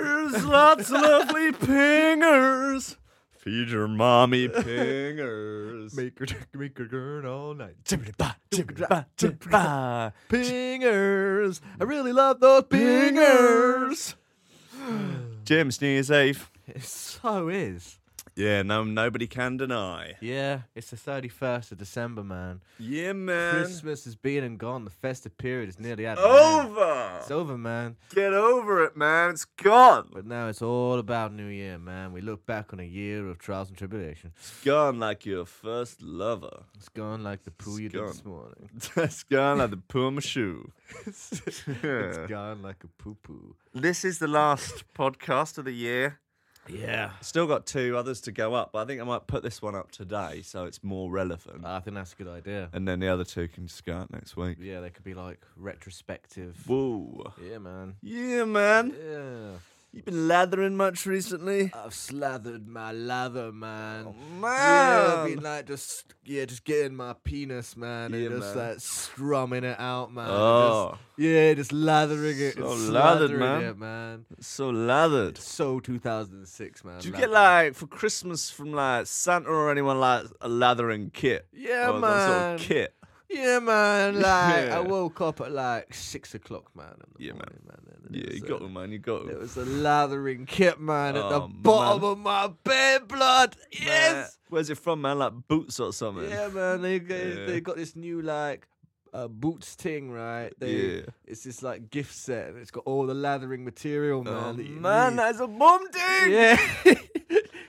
Lots of lovely pingers. Feed your mommy pingers. Make her, make her girl all night. Jibbidi-ba, jibbidi-ba, jibbidi-ba. Pingers. I really love those pingers. Jim's New Year's Eve. It so is. Yeah, no, nobody can deny. Yeah, it's the 31st of December, man. Yeah, man. Christmas is been and gone. The festive period is nearly out. of hand. Over. It's over, man. Get over it, man. It's gone. But now it's all about New Year, man. We look back on a year of trials and tribulation. It's gone like your first lover. It's gone like the poo It's you gone. did this morning. it's gone like the Puma shoe. It's gone like a poo poo. This is the last podcast of the year. Yeah. Still got two others to go up, but I think I might put this one up today so it's more relevant. I think that's a good idea. and then the other two can just go out next week. Yeah, they could be like retrospective. Whoa. Yeah, man. Yeah, man. Yeah. You've been lathering much recently. I've slathered my lather, man. Yeah, I've Oh, man. been like just yeah, just getting my penis, man, and Yeah, just man. like strumming it out, man. Oh. Just- yeah, just lathering it, So and lathered, slathering man. it, man. so lathered. So 2006, man. Do you that- get like for Christmas from like Santa or anyone like a lathering kit? Yeah, Or some sort man. of kit. Yeah, man. Like Yeah. I woke up at like six o'clock, man. In the Yeah, man. morning, man. and it Yeah, you was got a- them, man. You got them. It was a lathering kit, man, at the Oh, bottom man. of my bed, blood. Yes. Where's it from, man? Like boots or something. Yeah, man. They go- Yeah. they got this new like uh, boots thing, right? They, Yeah. It's this like gift set, and it's got all the lathering material, man. Oh, that you man, need. that is a bomb thing. yeah.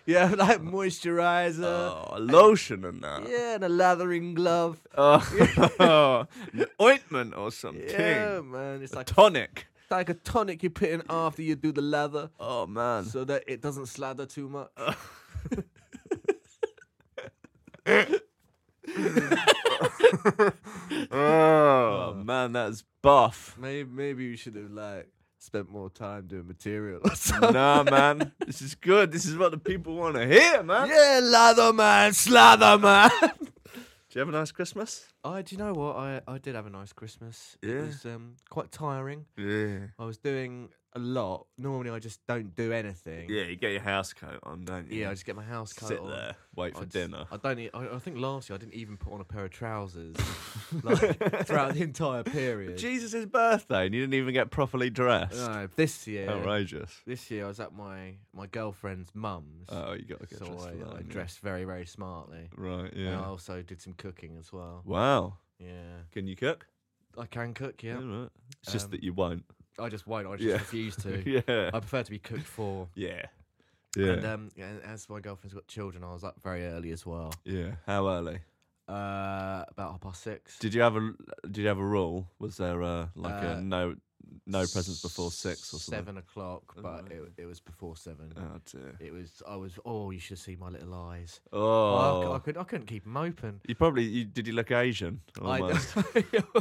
you have like moisturizer. Oh, a lotion and that. Yeah, and a lathering glove. Oh, an ointment or something. Yeah, man. It's A like tonic. it's like a tonic you put in after you do the lather, Oh man. so that it doesn't slather too much. Uh. oh man, that's buff. Maybe maybe you should have like spent more time doing material or something. nah, man. This is good. This is what the people want to hear, man. Yeah, lather man, slather man. Do you have a nice Christmas? I do you know what I I did have a nice Christmas. Yeah. It was um, quite tiring. Yeah. I was doing a lot. Normally I just don't do anything. Yeah, you get your house coat on, don't you? Yeah, I just get my house coat sit on. there, wait I for just- dinner. I don't. e- I, I think last year I didn't even put on a pair of trousers like, throughout the entire period. Jesus' birthday, and you didn't even get properly dressed. no, this year. Outrageous. This year I was at my my girlfriend's mum's. Oh, you got to get so dressed. for that, I, I haven't you? dressed very very smartly. Right. And I Yeah. also did some cooking as well. Wow. Yeah, Can you cook? I can cook. Yeah, All right. It's just Um, that you won't. I just won't. I just Yeah. refuse to. yeah. I prefer to be cooked for. yeah. Yeah. And um, yeah, and as my girlfriend's got children, I was up very early as well. yeah. How early? Uh, about half past six. Did you have a Did you have a rule? Was there uh, like Uh, a no no presents before six or something? Oh, Seven o'clock, but right. it, it was before seven. Oh dear. It was. I was. Oh, you should see my little eyes. Oh, I, c- I Oh. could. I couldn't keep them open. You probably you, did. You look Asian. I- Almost.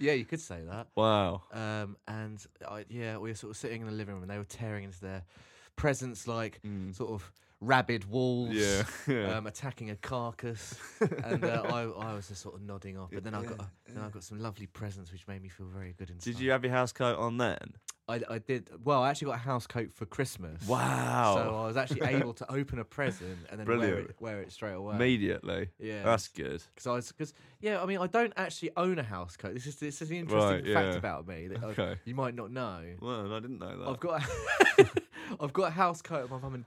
yeah, you could say that. wow. Um, and I, yeah, we were sort of sitting in the living room, and they were tearing into their presents like Mm. sort of rabid wolves. Yeah. yeah. um, attacking a carcass, and uh, I, I was just sort of nodding off. But then I got then I got some lovely presents, which made me feel very good inside. did you have your house coat on then? I, I did. Well, I actually got a house coat for Christmas. Wow. So I was actually able to open a present and then wear Brilliant. it, wear it straight uh, away. Immediately. Yeah. That's good. Because I was because yeah, I mean, I don't actually own a house coat. This is this is the interesting Right, fact yeah. Uh. about me that I- Okay. you might not know. Well, I didn't know that. I've got. A I've got a house coat at my mum and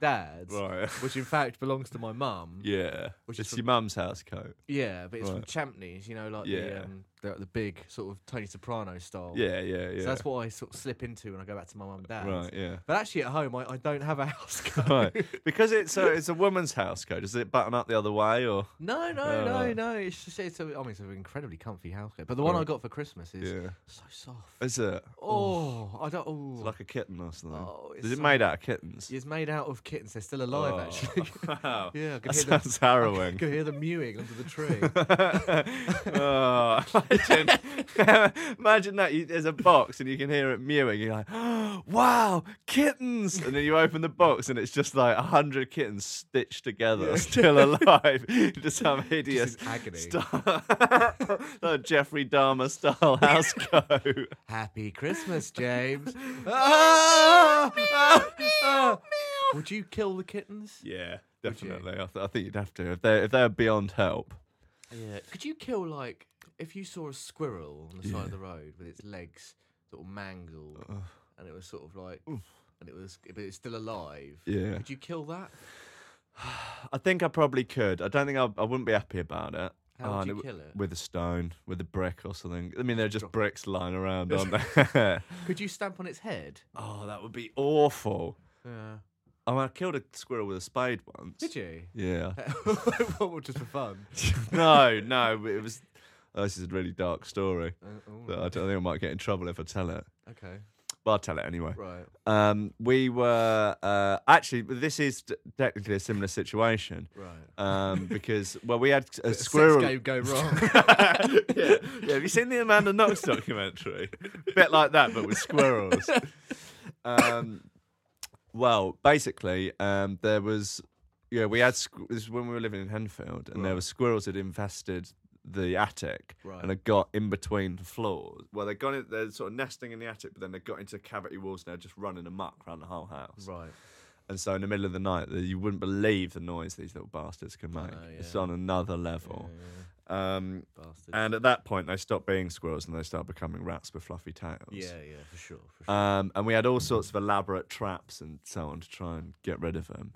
dad's, right. which in fact belongs to my mum. yeah. Which is it's from- your mum's house coat. Yeah, but it's from Right. Champneys, you know, like the, Yeah. um, the the big sort of Tony Soprano style. Yeah. Yeah. Yeah. So that's what I sort of slip into when I go back to my mum and dad. right. Yeah. But actually, at home, I, I don't have a house coat. right. Because it's a it's a woman's house coat. Does it button up the other way or? No, no, Oh, no, right. no. It's just it's a, I mean, it's an incredibly comfy house coat. But the one I Right. got for Christmas is Yeah. so soft. Is it? oh, I don't. Oh, It's like a kitten or something. Oh, Is it's it so- made out of kittens? it's made out of kittens. They're still alive, Oh, actually. Wow. yeah, I could That hear them. sounds I harrowing. could hear them mewing under the tree. oh, imagine, imagine that you, there's a box and you can hear it mewing. You're like, wow, kittens! And then you open the box and it's just like a hundred kittens stitched together, still alive, just some hideous in agony. sty- like Jeffrey Dahmer style house coat. Happy Christmas, James. Ah, ah, ah, Would you kill the kittens? Yeah, Would you? definitely. I, th- I think you'd have to if they if they're beyond help. Yeah. Could you kill like if you saw a squirrel on the side of the road with its legs sort of mangled Uh. and it was sort of like and it was but it's still alive. Yeah. Could you kill that? I think I probably could. I don't think I, I wouldn't be happy about it. How would and you w- kill it? With a stone, with a brick or something. I mean, they're just Drop it. bricks lying around, aren't they? Could you stamp on its head? oh, that would be awful. Yeah. I mean, I killed a squirrel with a spade once. Did you? Yeah. well, just for fun. no, no, but it was. Oh, this is a really dark story. Uh, all that I right. don't think I might get in trouble if I tell it. Okay. But I'll tell it anyway. Right. Um, we were uh, actually. This is t- technically a similar situation Right. um, because well, we had a Bit of sex squirrel. game go wrong. yeah. yeah, have you seen the Amanda Knox documentary? Bit like that, but with squirrels. Um, well, basically, um, there was yeah, we had squ- this is when we were living in Henfield, and there Right. were squirrels that infested the attic Right. and had got in between the floors. Well, they got in, they're sort of nesting in the attic, but then they got into cavity walls and they're just running amok around the whole house. right. And so, in the middle of the night, the- you wouldn't believe the noise these little bastards can I make. know, It's Oh, yeah. on another Yeah, level. yeah, Um, bastards. and at that point, they stopped being squirrels and they started becoming rats with fluffy tails. yeah, yeah, for sure. For sure. Um, and we had all sorts of elaborate traps and so on to try and get rid of them,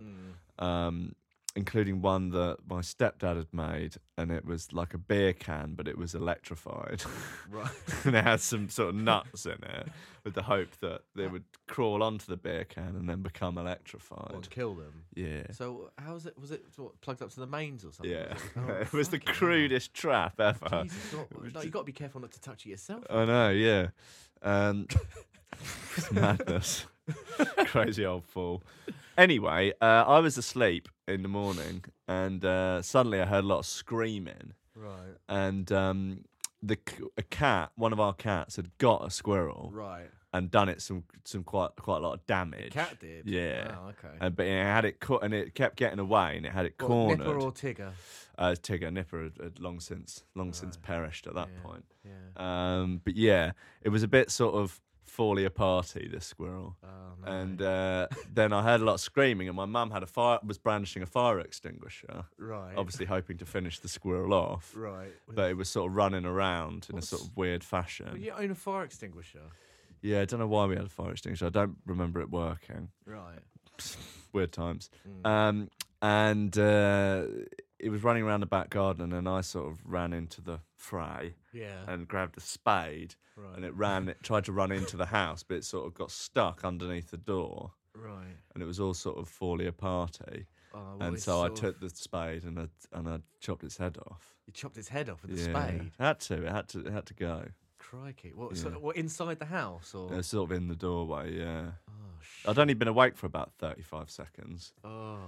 Mm. um, including one that my stepdad had made, and it was like a beer can, but it was electrified, Right. and it had some sort of nuts in it, with the hope that they would crawl onto the beer can and then become electrified. Well, kill them. Yeah, So how was it? Was it what, plugged up to the mains or something? yeah. was it? Oh, it was the fucking hell. crudest trap ever. Jesus, not, was no, you got to be careful not to touch it yourself. I know, yeah. Um, it's madness. Crazy old fool. Anyway, uh, I was asleep in the morning and uh, suddenly I heard a lot of screaming. Right, And um, the c- a cat, one of our cats, had got a squirrel right. and done it some some quite quite a lot of damage. Cat did. Yeah. Wow, okay. And, but it had it cut and it kept getting away and it had it What, Uh, cornered. Nipper or Tigger? uh, Tigger Nipper had, had long since long since perished at that Yeah. point. Yeah. Um, but yeah, it was a bit sort of folly a party, this squirrel. Oh, no. And uh, then I heard a lot of screaming, and my mum had a fire was brandishing a fire extinguisher, right. obviously hoping to finish the squirrel off. Right. But um, it was sort of running around in a sort What's- of weird Well, fashion. you own a fire extinguisher. Yeah, I don't know why we had a fire extinguisher. I don't remember it working. Right. Weird times. Mm. Um, and uh, it was running around the back garden, and I sort of ran into the fray Yeah. and grabbed a spade right. and it ran it tried to run into the house but it sort of got stuck underneath the door right. and it was all sort of falling apart eh? Oh, well, and it's so i sort of- took the spade and i and i chopped its head off You chopped its head off with a Yeah. spade. had to it had to it had to go Crikey. What? Yeah. So, what inside the house or? it was sort of in the doorway yeah Oh sh. i'd only been awake for about 35 seconds Oh.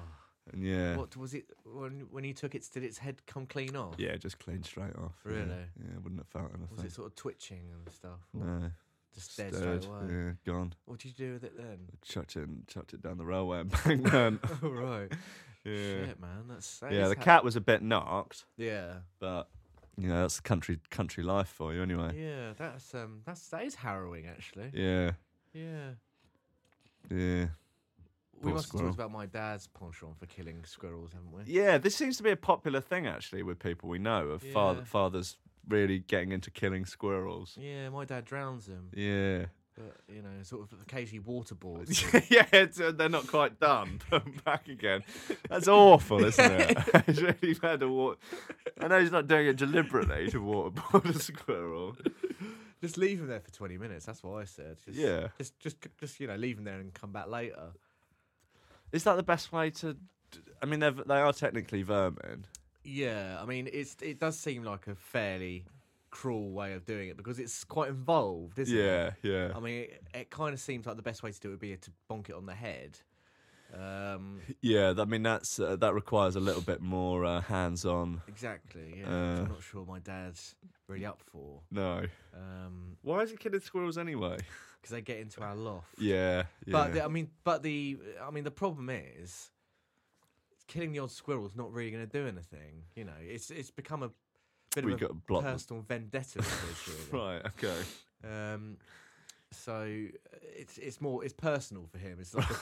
and yeah What was it when when you took it? Did its head come clean off? yeah just cleaned straight off yeah. Really? yeah, wouldn't have felt Was anything it sort of twitching and stuff? Or no Just dead stirred, straight away. yeah gone What did you do with it then? chucked it chucked it down the railway embankment oh right. yeah Shit, man. That's that yeah is the ha- cat was a bit knocked Yeah. but you know that's country country life for you anyway. Yeah. That's um. That's that is harrowing actually. Yeah, Yeah. yeah, We Poor must have squirrel. talked about my dad's penchant for killing squirrels, haven't we? yeah. This seems to be a popular thing actually with people we know of fa- Yeah. fathers really getting into killing squirrels. Yeah, my dad drowns them, Yeah, but you know, sort of occasionally waterboards. yeah, it's, uh, they're not quite done. but back again. That's awful, isn't it? It's really bad to wa- I know he's not doing it deliberately to waterboard a squirrel. just leave them there for twenty minutes. That's what I said. Just, Yeah. Just, just, just you know, leave them there and come back later. Is that the best way to? d- I mean, they're, they are technically vermin. Yeah, I mean, it's it does seem like a fairly cruel way of doing it because it's quite involved, isn't it? Yeah, yeah. I mean, it, it kind of seems like the best way to do it would be to bonk it on the head. Um, Yeah, th- I mean that's uh, that requires a little bit more uh, hands-on. exactly. Yeah, Uh. which I'm not sure my dad's really up for No. because Why is he killing squirrels anyway? they get into our loft. Yeah, yeah. But the, I mean, but the I mean, the problem is killing the odd squirrel's not really going to do anything. You know, it's it's become a bit We of gotta a block the- personal vendetta. with this, really. right, okay. Um, so uh, it's it's more it's personal for him. It's like a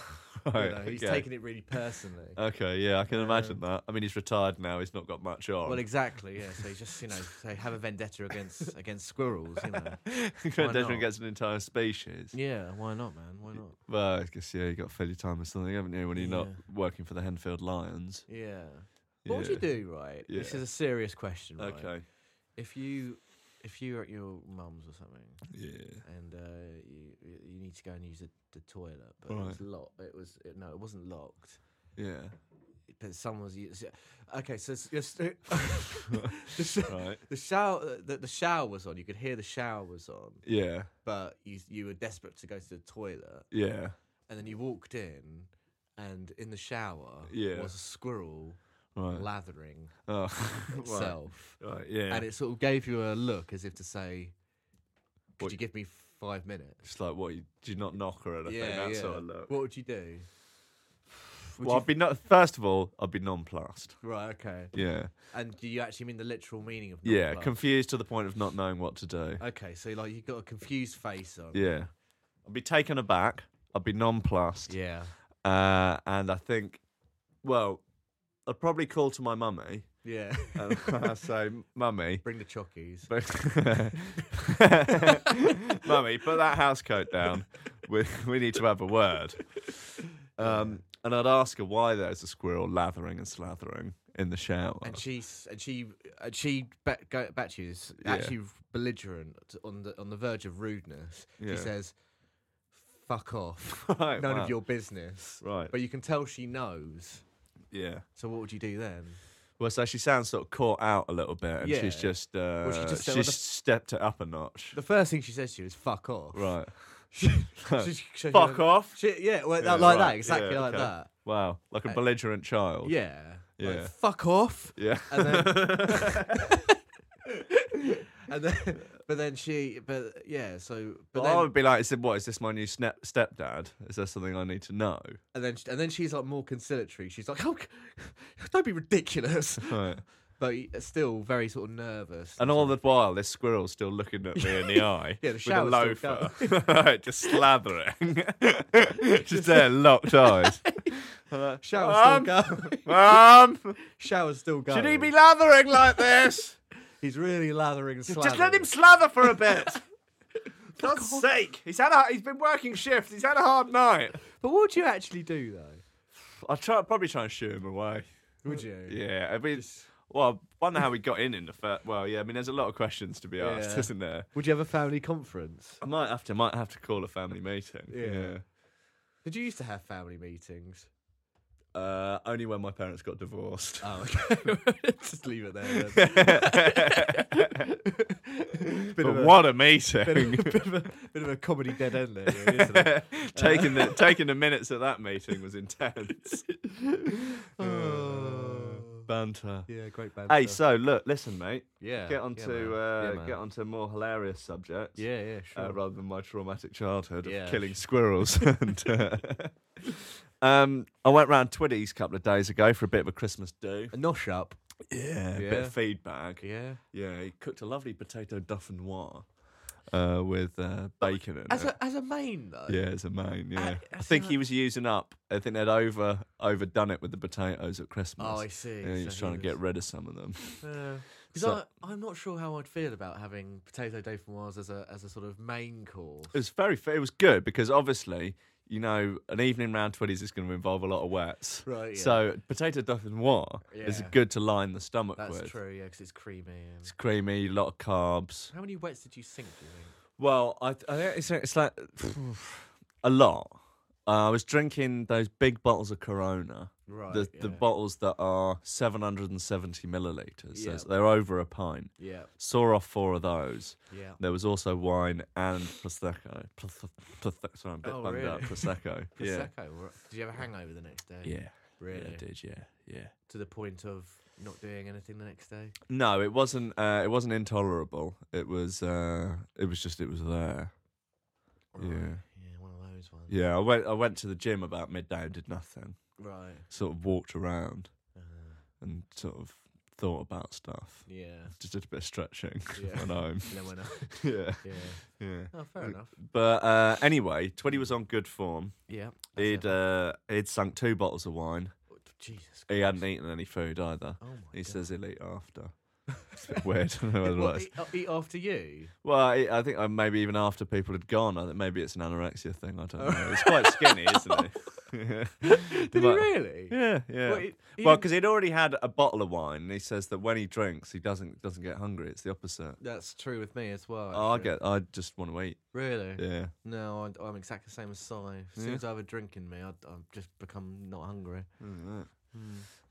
Right, you know, he's Oh, okay. taking it really personally. Okay, yeah, I can imagine that. I mean, he's retired now. He's not got much on. well, exactly. Yeah. So he's just you know they have a vendetta against against squirrels. You know. Grand why Desmond not? gets an entire species. Yeah. Why not, man? Why not? Well, I guess yeah, you got to fill your time with something, haven't you? When you're not Yeah. working for the Henfield Lions. Yeah. What would you Yeah. do, right? This Yeah. is a serious question, right? Okay. If you if you're at your mum's or something, Yeah. and uh, you you- you need to go and use the, the toilet, but it was locked. It was it, no, it wasn't locked. Yeah. But someone's used. Okay, so s- yes, the, sh- Right. the shower the, the shower was on. You could hear the shower was on, Yeah. but you you were desperate to go to the toilet, Yeah. and then you walked in, and in the shower Yeah. was a squirrel Right. lathering Oh. right. itself, right. Yeah. and it sort of gave you a look as if to say, "Could What- you give me five minutes?" It's like, what? You, do you not knock or anything? that sort of look. What would you do? Would Uh, well, you- I'd be not. First of all, I'd be nonplussed. right, okay. Yeah. And do you actually mean the literal meaning of Yeah. nonplussed? Confused to the point of not knowing what to do. okay, so like you've got a confused face on. Yeah. I'd be taken aback. I'd be nonplussed. Yeah. Uh, and I think, well, I'd probably call to my mummy Yeah. and I'd say, Mummy. Bring the chockies. But Mummy, put that house coat down. We, we need to have a word. Um, and I'd ask her why there's a squirrel lathering and slathering in the shower. And she's and she and she back, go back to you is Yeah. actually belligerent on the on the verge of rudeness. Yeah. She says, "Fuck off, Right, none wow. of your business." Right. But you can tell she knows. Yeah. So what would you do then? Well, so she sounds sort of caught out a little bit, and she's Yeah. just uh, she just said, she's "Well, the- stepped it up a notch. The first thing she says to you is "fuck off." Right. She- she- she- Fuck off. She, yeah, well, Yeah, that like right, that, exactly yeah, like okay. that. Wow, like a Uh, belligerent child. Yeah. Like, Yeah. fuck off. Yeah. And then, and then, but then she, but yeah, so, but Well, I then, would be like, "Is it what? Is this my new snep- stepdad? Is there something I need to know?" and then, and then she's like more conciliatory. She's like, oh, don't be ridiculous. Right. But y- still very sort of nervous. And all the while, this squirrel's still looking at me in the eye Yeah, the with a shower's still loafer, right, just slathering, just there, locked eyes. Shower's Um, still going. Mum, Shower's still going. should he be lathering like this? He's really lathering and slathering. Just let him slather for a bit. God's sake, he's had a, he's been working shifts. He's had a hard night. But what would you actually do, though? I'll try, probably try and shoot him away. Would you? Yeah, I mean, well, I wonder how we got in in the first. Well, yeah, I mean, there's a lot of questions to be asked, Yeah. isn't there? Would you have a family conference? I might have to, might have to call a family meeting. Yeah. Did you used to have family meetings? Yeah. Uh, only when my parents got divorced. Oh, okay. Just leave it there. Then. but bit of a- what a meeting! bit, of a, bit of a comedy dead end there, really, isn't it? taking the taking the minutes at that meeting was intense. Oh. Banter. yeah, great banter. Mm. Hey, so look, listen, mate. yeah, Get on to man. uh, yeah, man. get on to more hilarious subjects. Yeah, yeah, sure. uh, rather than my traumatic childhood of Yeah. killing squirrels. and uh, um, I went round Twiddy's a couple of days ago for a bit of a Christmas do. a nosh up. Yeah, a bit Yeah. of feedback. Yeah. Yeah, he cooked a lovely potato duffinoir uh, with uh, bacon in As it. a as a main though. yeah, as a main. Yeah, I as think a- he was using up. I think they'd over overdone it with the potatoes at Christmas. Oh, I see. Yeah, he was trying to get rid of some of them. Because So- uh, I'm not sure how I'd feel about having potato dauphinoise as a as a sort of main course. It was very. fa- It was good because obviously, you know, an evening round twenties is going to involve a lot of wets. Right, yeah. So potato dauphinoise is Yeah. good to line the stomach That's with. true. Yeah, because it's creamy. And... It's creamy, a lot of carbs. How many wets did you sink? Do you think? Well, I, I think it's, it's like a lot. Uh, I was drinking those big bottles of Corona. Right. The, the yeah. bottles that are 770 milliliters. So Yeah. it's- they're over a pint. yeah. Saw off four of those. Yeah. There was also wine and prosecco. Pros- Prosecco. Sorry, I'm a bit Oh, bummed out. really? Prosecco. yeah. Prosecco. or- Did you have a hangover the next day? Yeah. Really? Yeah, I did. Yeah. Yeah. to the point of not doing anything the next day. No, it wasn't. Uh, it wasn't intolerable. It was. Uh, it was just. It was there. Right. Yeah. Yeah, one of those ones. Yeah. I went. I went to the gym about midday and did nothing. Right. Sort of walked around Uh, and sort of thought about stuff. Yeah. Just did a bit of stretching Yeah. when home. And then went up. yeah, Yeah. yeah. Oh, fair Uh, enough. But uh, anyway, Twitty was on good form. Yeah. that's He'd it. uh, he'd sunk two bottles of wine. Oh, t- Jesus. He hadn't Christ. eaten any food either. Oh my He God. says he'll eat after. It's a bit weird. I don't know whether What, that's- eat, uh, eat after you. Well, I, I think uh, maybe even after people had gone, I think maybe it's an anorexia thing. I don't know. He's quite skinny, isn't he? Did he But- really? Yeah, yeah. What, he- he Well, didn't- because he'd already had a bottle of wine, and he says that when he drinks, he doesn't doesn't get hungry. It's the opposite. that's true with me as well. Oh, I actually. get. I just want to eat. Really? Yeah. No, I, I'm exactly the same as Si. As soon Yeah. as I have a drink in me, I, I just become not hungry.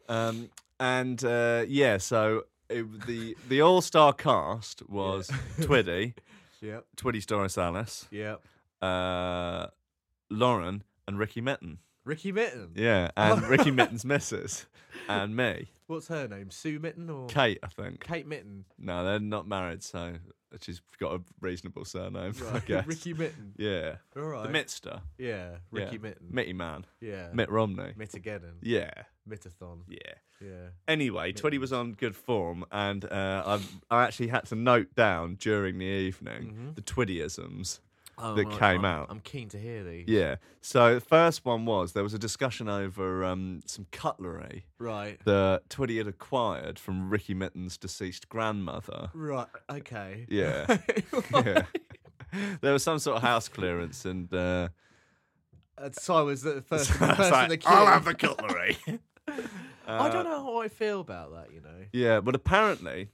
Um. And uh, yeah, so it, w- the the all star cast was Twiddy, Yep. Twiddy Doris Alice, Yep. uh, Lauren, and Ricky Mitten. Ricky Mitten. Yeah, and Ricky Mitten's missus, and me, What's her name? Sue Mitten or Kate, I think. Kate Mitten? No, they're not married, so she's got a reasonable surname, I Right. guess. Ricky Mitten. Yeah. All right. The Mitster. Yeah. Ricky Yeah. Mitten. Mitty Man. yeah. Mitt Romney. Mitageddon. Yeah. Mitathon. Yeah. Yeah. Anyway, Twitty was on good form, and uh, I've, I actually had to note down during the evening Mm-hmm. the Twittyisms. Oh, that right, came I'm, out. I'm keen to hear these. Yeah. So the first one was there was a discussion over um, some cutlery Right. that Twitty had acquired from Ricky Mitten's deceased grandmother. Right. Okay. Yeah. Oh, yeah. There was some sort of house clearance, and uh, Uh, Si was the first I was person like, to I'll have the cutlery. I don't know how I feel about that. You know. Yeah, but apparently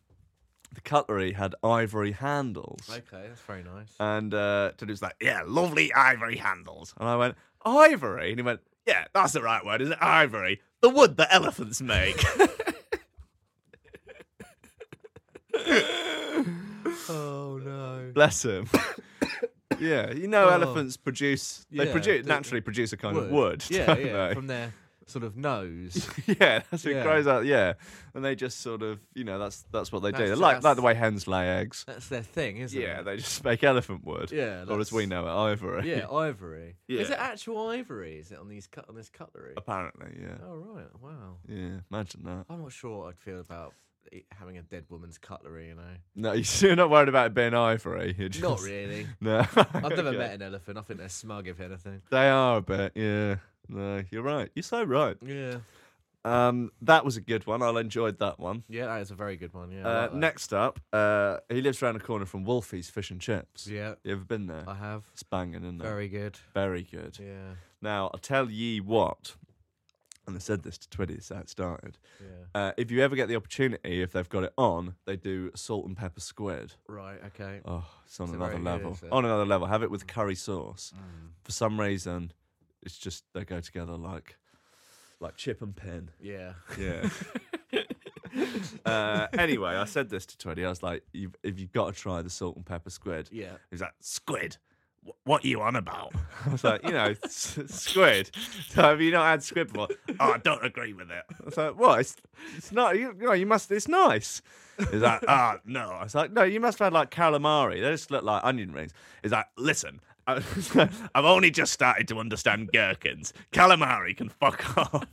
the cutlery had ivory handles. Okay, that's very nice. And uh, Tony was like, yeah, lovely ivory handles. And I went, ivory? And he went, yeah, that's the right word, isn't it? Ivory. The wood that elephants make. oh no. Bless him. yeah, you know, Oh. elephants produce, they Yeah, produce, they- naturally produce a kind of wood. Yeah, don't yeah. they? From their sort of nose. yeah, that's what Yeah. grows out. Yeah, and they just sort of, you know, that's that's what they do. That's- They're Like like that's- the way hens lay eggs. that's their thing, isn't Yeah, it? they just make elephant wood. Yeah, or as we that's- know it, ivory. Yeah, ivory. Is Yeah. it actual ivory? Is it on these cut on this cutlery? apparently. Yeah, Oh right, wow. yeah. Imagine that. I'm not sure what I'd feel about it, having a dead woman's cutlery. You know, No, you're not worried about it being ivory. You're just, not really. No, I've never met an elephant. I think they're smug, if anything. They are a bit. Yeah. No, you're right. You're so right. Yeah, Um, that was a good one. I enjoyed that one. yeah, that is a very good one. Yeah. I Uh, like that. next up, uh, he lives around the corner from Wolfie's Fish and Chips. Yeah, You ever been there? I have. It's banging, isn't it? Very good. Very good. Yeah, Now, I'll tell ye what, and I said this to Twitty, so it started. yeah. Uh, if you ever get the opportunity, if they've got it on, they do salt and pepper squid. Right. Okay. Oh, it's Mm. on Is it another very good, level. is it? on another level. Have it with curry sauce. For some reason, it's just they go together like like chip and pin. Yeah. Yeah. uh, anyway, I said this to Twenty. I was like, you've, "If you've got to try the salt and pepper squid," Yeah. he's like, "Squid." "Wh- What are you on about? I was like, you know, s- squid. So have you not had squid before? oh, I don't agree with it. I was like, what? It's, it's not. You, you know, you must. It's nice. He's like, ah, no. I was like, no, you must have had like calamari. They just look like onion rings. He's like, listen, I- I've only just started to understand gherkins. Calamari can fuck off.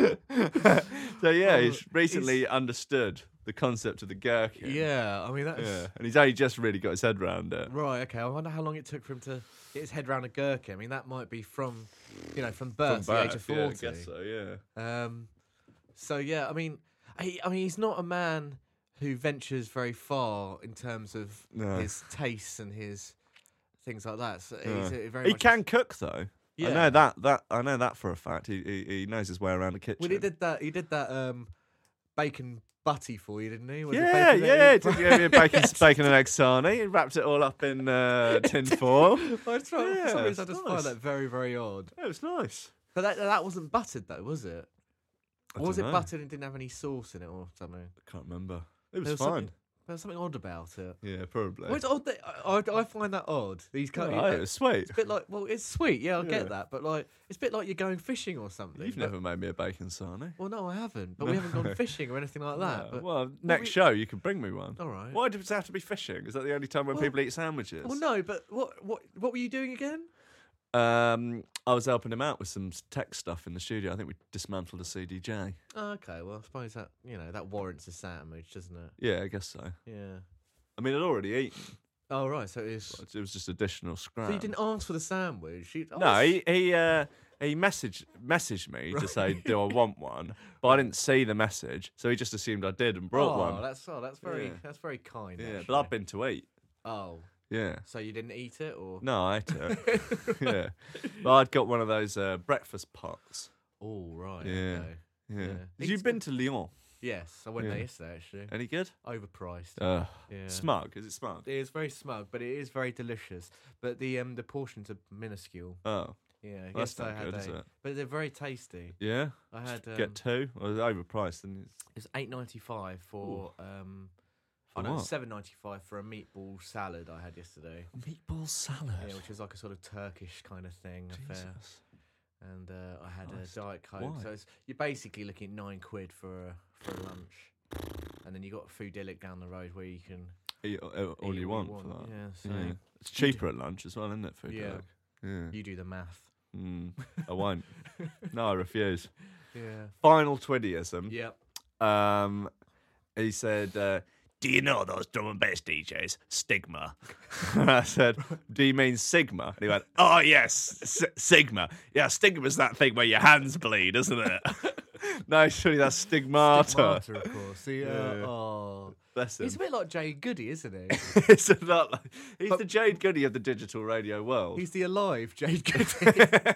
so yeah, Oh, he's recently understood the concept of the gherkin. Yeah. I mean, that's. Yeah, and he's only just really got his head round it. Right, okay. I wonder how long it took for him to get his head round a gherkin. I mean, that might be from, you know, from birth to the age of yeah, I forty. guess so. Yeah. Um, so yeah, I mean, he, I mean, he's not a man who ventures very far in terms of No. his tastes and his things like that. So he's a, very He much- can cook though. I Yeah. know that. That I know that for a fact. He he, he knows his way around the kitchen. Well, he did that. He did that um, bacon butty for you, didn't he? Was it yeah, bacon that yeah, he- did you have your bacon, bacon and egg sarnie? He wrapped it all up in uh, tin foil. I just found, for some Yeah, reason, I it's just nice. find that very, very odd. It was nice. But that that wasn't buttered though, was it? I Or was it dunno. buttered and didn't have any sauce in it or something? I can't remember. It was, There was fine. something- There was something odd about it. Yeah, probably. Well, it's odd that, I, I I find that odd. These kind Alright, it was sweet. It's a bit like, well, it's sweet, yeah, I Yeah. get that, but like, it's a bit like you're going fishing or something. You've but- never made me a bacon sarnie. Well, no, I haven't, but we haven't gone fishing or anything like that. No. but, well, next we- show you can bring me one. all right. Why does it have to be fishing? Is that the only time when Well- people eat sandwiches? Well, no, but what, what, what were you doing again? um, I was helping him out with some s- tech stuff in the studio. I think we dismantled a CDJ. Oh, okay, well, I suppose that you know that warrants a sandwich, doesn't it? Yeah, I guess so. Yeah. I mean, I'd already eaten. Oh right, so it's. but It was just additional scrap. So you didn't ask for the sandwich. You, oh, No, it's- he he uh, he messaged messaged me to say, "Do I want one?" But I didn't see the message, so he just assumed I did and brought oh, one. That's oh, that's very Yeah. that's very kind. Yeah, but actually. I've been to eat. Oh, Yeah. so you didn't eat it or? No, I ate it. yeah, but I'd got one of those uh, breakfast pots. Oh right. Yeah. okay. Yeah. Yeah. Have you It's- been to Lyon? Yes, I went Yeah. there yesterday actually. Any good? Overpriced. Uh, yeah. Smug? Is it smug? It is very smug, but it is very delicious. But the um the portions are minuscule. Oh, Yeah, I Well, that's guess I not had good, a, is it? but they're very tasty. yeah. I Just had um, Get two. Well, it's overpriced, and it's it's eight ninety five for um. For I know what? seven ninety five for a meatball salad I had yesterday, meatball salad. yeah, which is like a sort of Turkish kind of thing Jesus. affair. And uh, I had Christ, a diet coke, why? so it's, you're basically looking at nine quid for a, for a lunch, and then you got Foodilic down the road where you can Eat, uh, all eat you what want, for that. Yeah, so Yeah. It's cheaper at lunch as well, isn't it? Food. Yeah. Dog? Yeah. you do the math. Mm, I won't. no, I refuse. Yeah. Final Twiddyism. Yep. Um, he said, uh, "Do you know those drum and bass DJs? Stigma." I said, "Do you mean Sigma?" And he went, "Oh yes, S- Sigma. Yeah, Stigma's that thing where your hands bleed, isn't it?" no, surely that's stigmata. Martyr, of course. Yeah. Yeah. Oh. Bless him. He's a bit like Jay Goody, isn't he? it's a lot like, he's But- the Jade Goody of the digital radio world. He's the alive Jade Goody.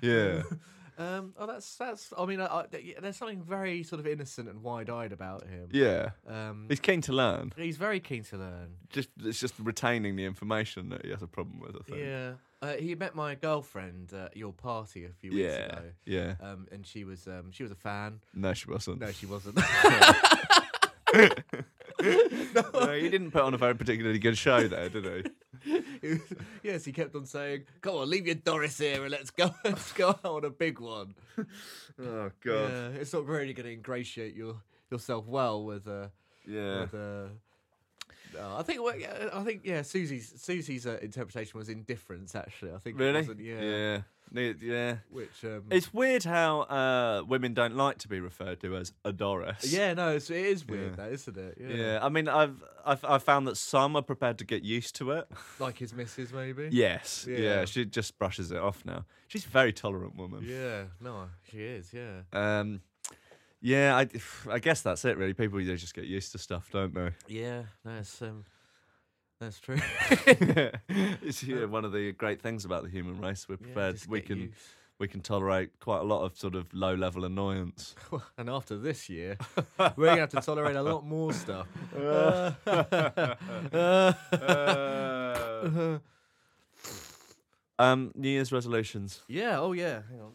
yeah. um, oh, that's that's. I mean, I, I, there's something very sort of innocent and wide-eyed about him. Yeah. Um, He's keen to learn. he's very keen to learn. Just it's just retaining the information that he has a problem with, I think. Yeah. Uh, he met my girlfriend at your party a few weeks Yeah. ago. yeah. Um, and she was um, she was a fan. No, she wasn't. No, she wasn't. No, he didn't put on a very particularly good show there, did he? He was- yes, he kept on saying, "Come on, leave your Doris here and let's go, let's go out on a big one." Oh Yeah, it's not really going to ingratiate your yourself well with uh, Yeah. with. Uh, no, I think well, yeah, I think yeah, Susie's Susie's uh, interpretation was indifference. Actually, I think it Really? wasn't, yeah, Yeah. Mm. Ne- Yeah. which um, It's weird how uh, women don't like to be referred to as adoris. yeah, no, it's, it is weird, Yeah. that isn't it? Yeah. Yeah. I mean, I've, I've I've found that some are prepared to get used to it. like his missus maybe. Yes. Yeah. Yeah. She just brushes it off now. She's a very tolerant woman. yeah, no, she is, yeah. Um. Yeah. I, I guess that's it. Really, people they just get used to stuff, don't they? Yeah, that's um, that's true. it's yeah, one of the great things about the human race. We're Yeah, prepared. just we get can used. we can tolerate quite a lot of sort of low level annoyance. And after this year, we're going to have to tolerate a lot more stuff. Uh, uh, um, New Year's resolutions. yeah, oh yeah. Hang on.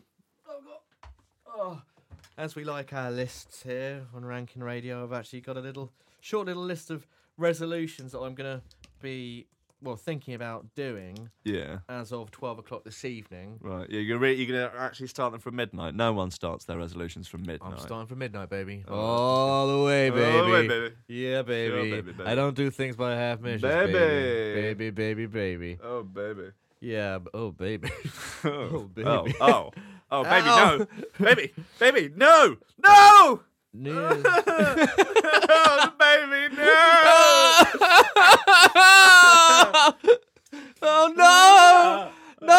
Oh, God. Oh. As we like our lists here on Rankin Radio, I've actually got a little short little list of resolutions that I'm going to be well thinking about doing Yeah. as of 12 o'clock this evening. Right. Yeah, you're re- you're gonna actually start them from midnight. No one starts their resolutions from midnight. I'm starting from midnight, baby. Oh, All the way, All the Oh, baby. way, baby. Yeah, baby. baby, baby. I don't do things by half measures, Baby. Baby, baby, baby. baby. Oh baby. Yeah. b- Oh, baby. Oh baby. Oh oh. Oh baby Ow. no. Baby baby no no. New oh baby no. oh no!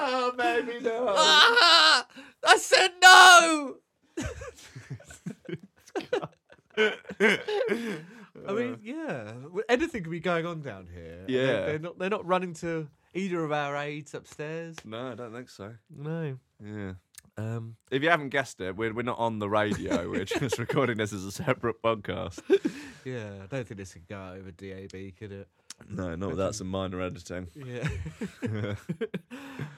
oh baby no. Ah! I said no. I mean, yeah, w- anything could be going on down here. and Yeah. they're, they're not. They're not running to either of our aides upstairs. No, I don't think so. No. Yeah. Um. If you haven't guessed it, we're, we're not on the radio. We're just recording this as a separate podcast. Yeah, I don't think this could go out over DAB, could it? No, not without some minor editing. Yeah.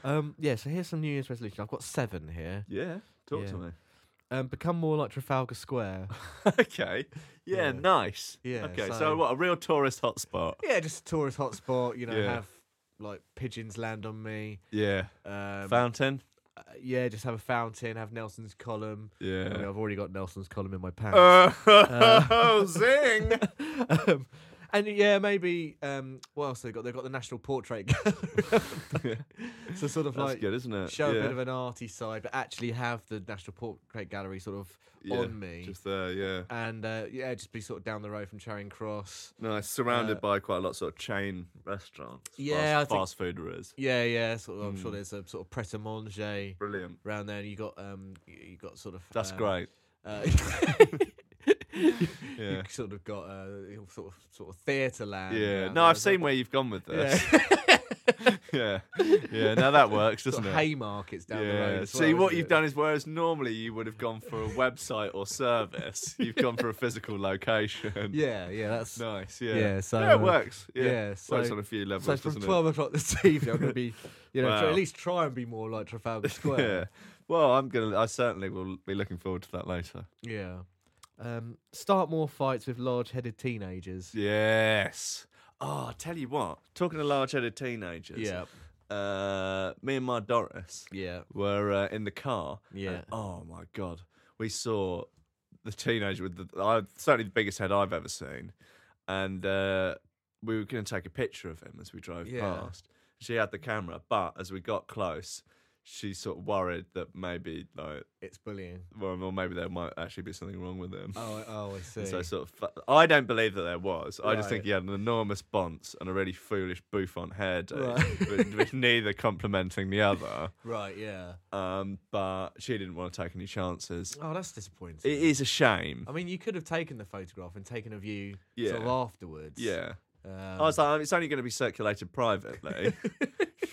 um, yeah, so here's some New Year's resolution. I've got seven here. Yeah, talk to Yeah. me. Um, become more like Trafalgar Square. okay. Yeah, Yeah. nice. Yeah, Okay, so, so- what, a real tourist hotspot? yeah, just a tourist hotspot. You know, Yeah. have like pigeons land on me. Yeah. Um, Fountain? uh, yeah, just have a fountain. Have Nelson's column. I mean, Yeah. Uh, I've already got Nelson's column in my pants. Oh, zing! um, And yeah, maybe um, what else they got? They've got the National Portrait Gallery. so sort of That's like good, isn't it? show yeah. a bit of an arty side, but actually have the National Portrait Gallery sort of yeah. on me. Just there, yeah. and uh, yeah, just be sort of down the road from Charing Cross. Nice. Surrounded Uh, by quite a lot of sort of chain restaurants. Yeah, I Fast, think- fast food there is. Yeah, yeah. Sort of, I'm sure Mm. there's a sort of pret a manger Brilliant. around there. And you got um, you, you got sort of That's um, great. Uh, Yeah. You sort of got uh, you sort of sort of theatre land. Yeah. around No, there I've as well. seen where you've gone with this. Yeah. Yeah. Yeah. Now that works, doesn't sort of it? Haymarket's down the road. as See, well, what isn't you've it? done is whereas normally you would have gone for a website or service, you've gone for a physical location. Yeah, yeah. That's Nice. Yeah. Yeah, so, Yeah, it uh, works. Yeah. yeah, works so- on a few levels, So from doesn't twelve o'clock this evening, I'm going to be, you know, try- Wow. at least try and be more like Trafalgar it? Square. Yeah. Well, I'm gonna. I certainly will be looking forward to that later. Yeah. Um, start more fights with large-headed teenagers. Yes. Oh, I tell you what. Talking to large-headed teenagers. Yeah. Uh, me and my Doris Yeah. were uh, in the car. and- Yeah. oh my god, we saw the teenager with the I, certainly the biggest head I've ever seen, and uh, we were going to take a picture of him as we drove Yeah. past. She had the camera, but as we got close, she sort of worried that maybe like, It's bullying. well, or maybe there might actually be something wrong with him. Oh, I- oh, I see. And So sort of, I don't believe that there was. I just think Right. he had an enormous bonce and a really foolish bouffant hairdo, Right. with, with neither complimenting the other. right, yeah. Um, but she didn't want to take any chances. Oh, that's disappointing. It is a shame. I mean, you could have taken the photograph and taken a view sort of Yeah. afterwards. Yeah, Um, I was like, it's only going to be circulated privately.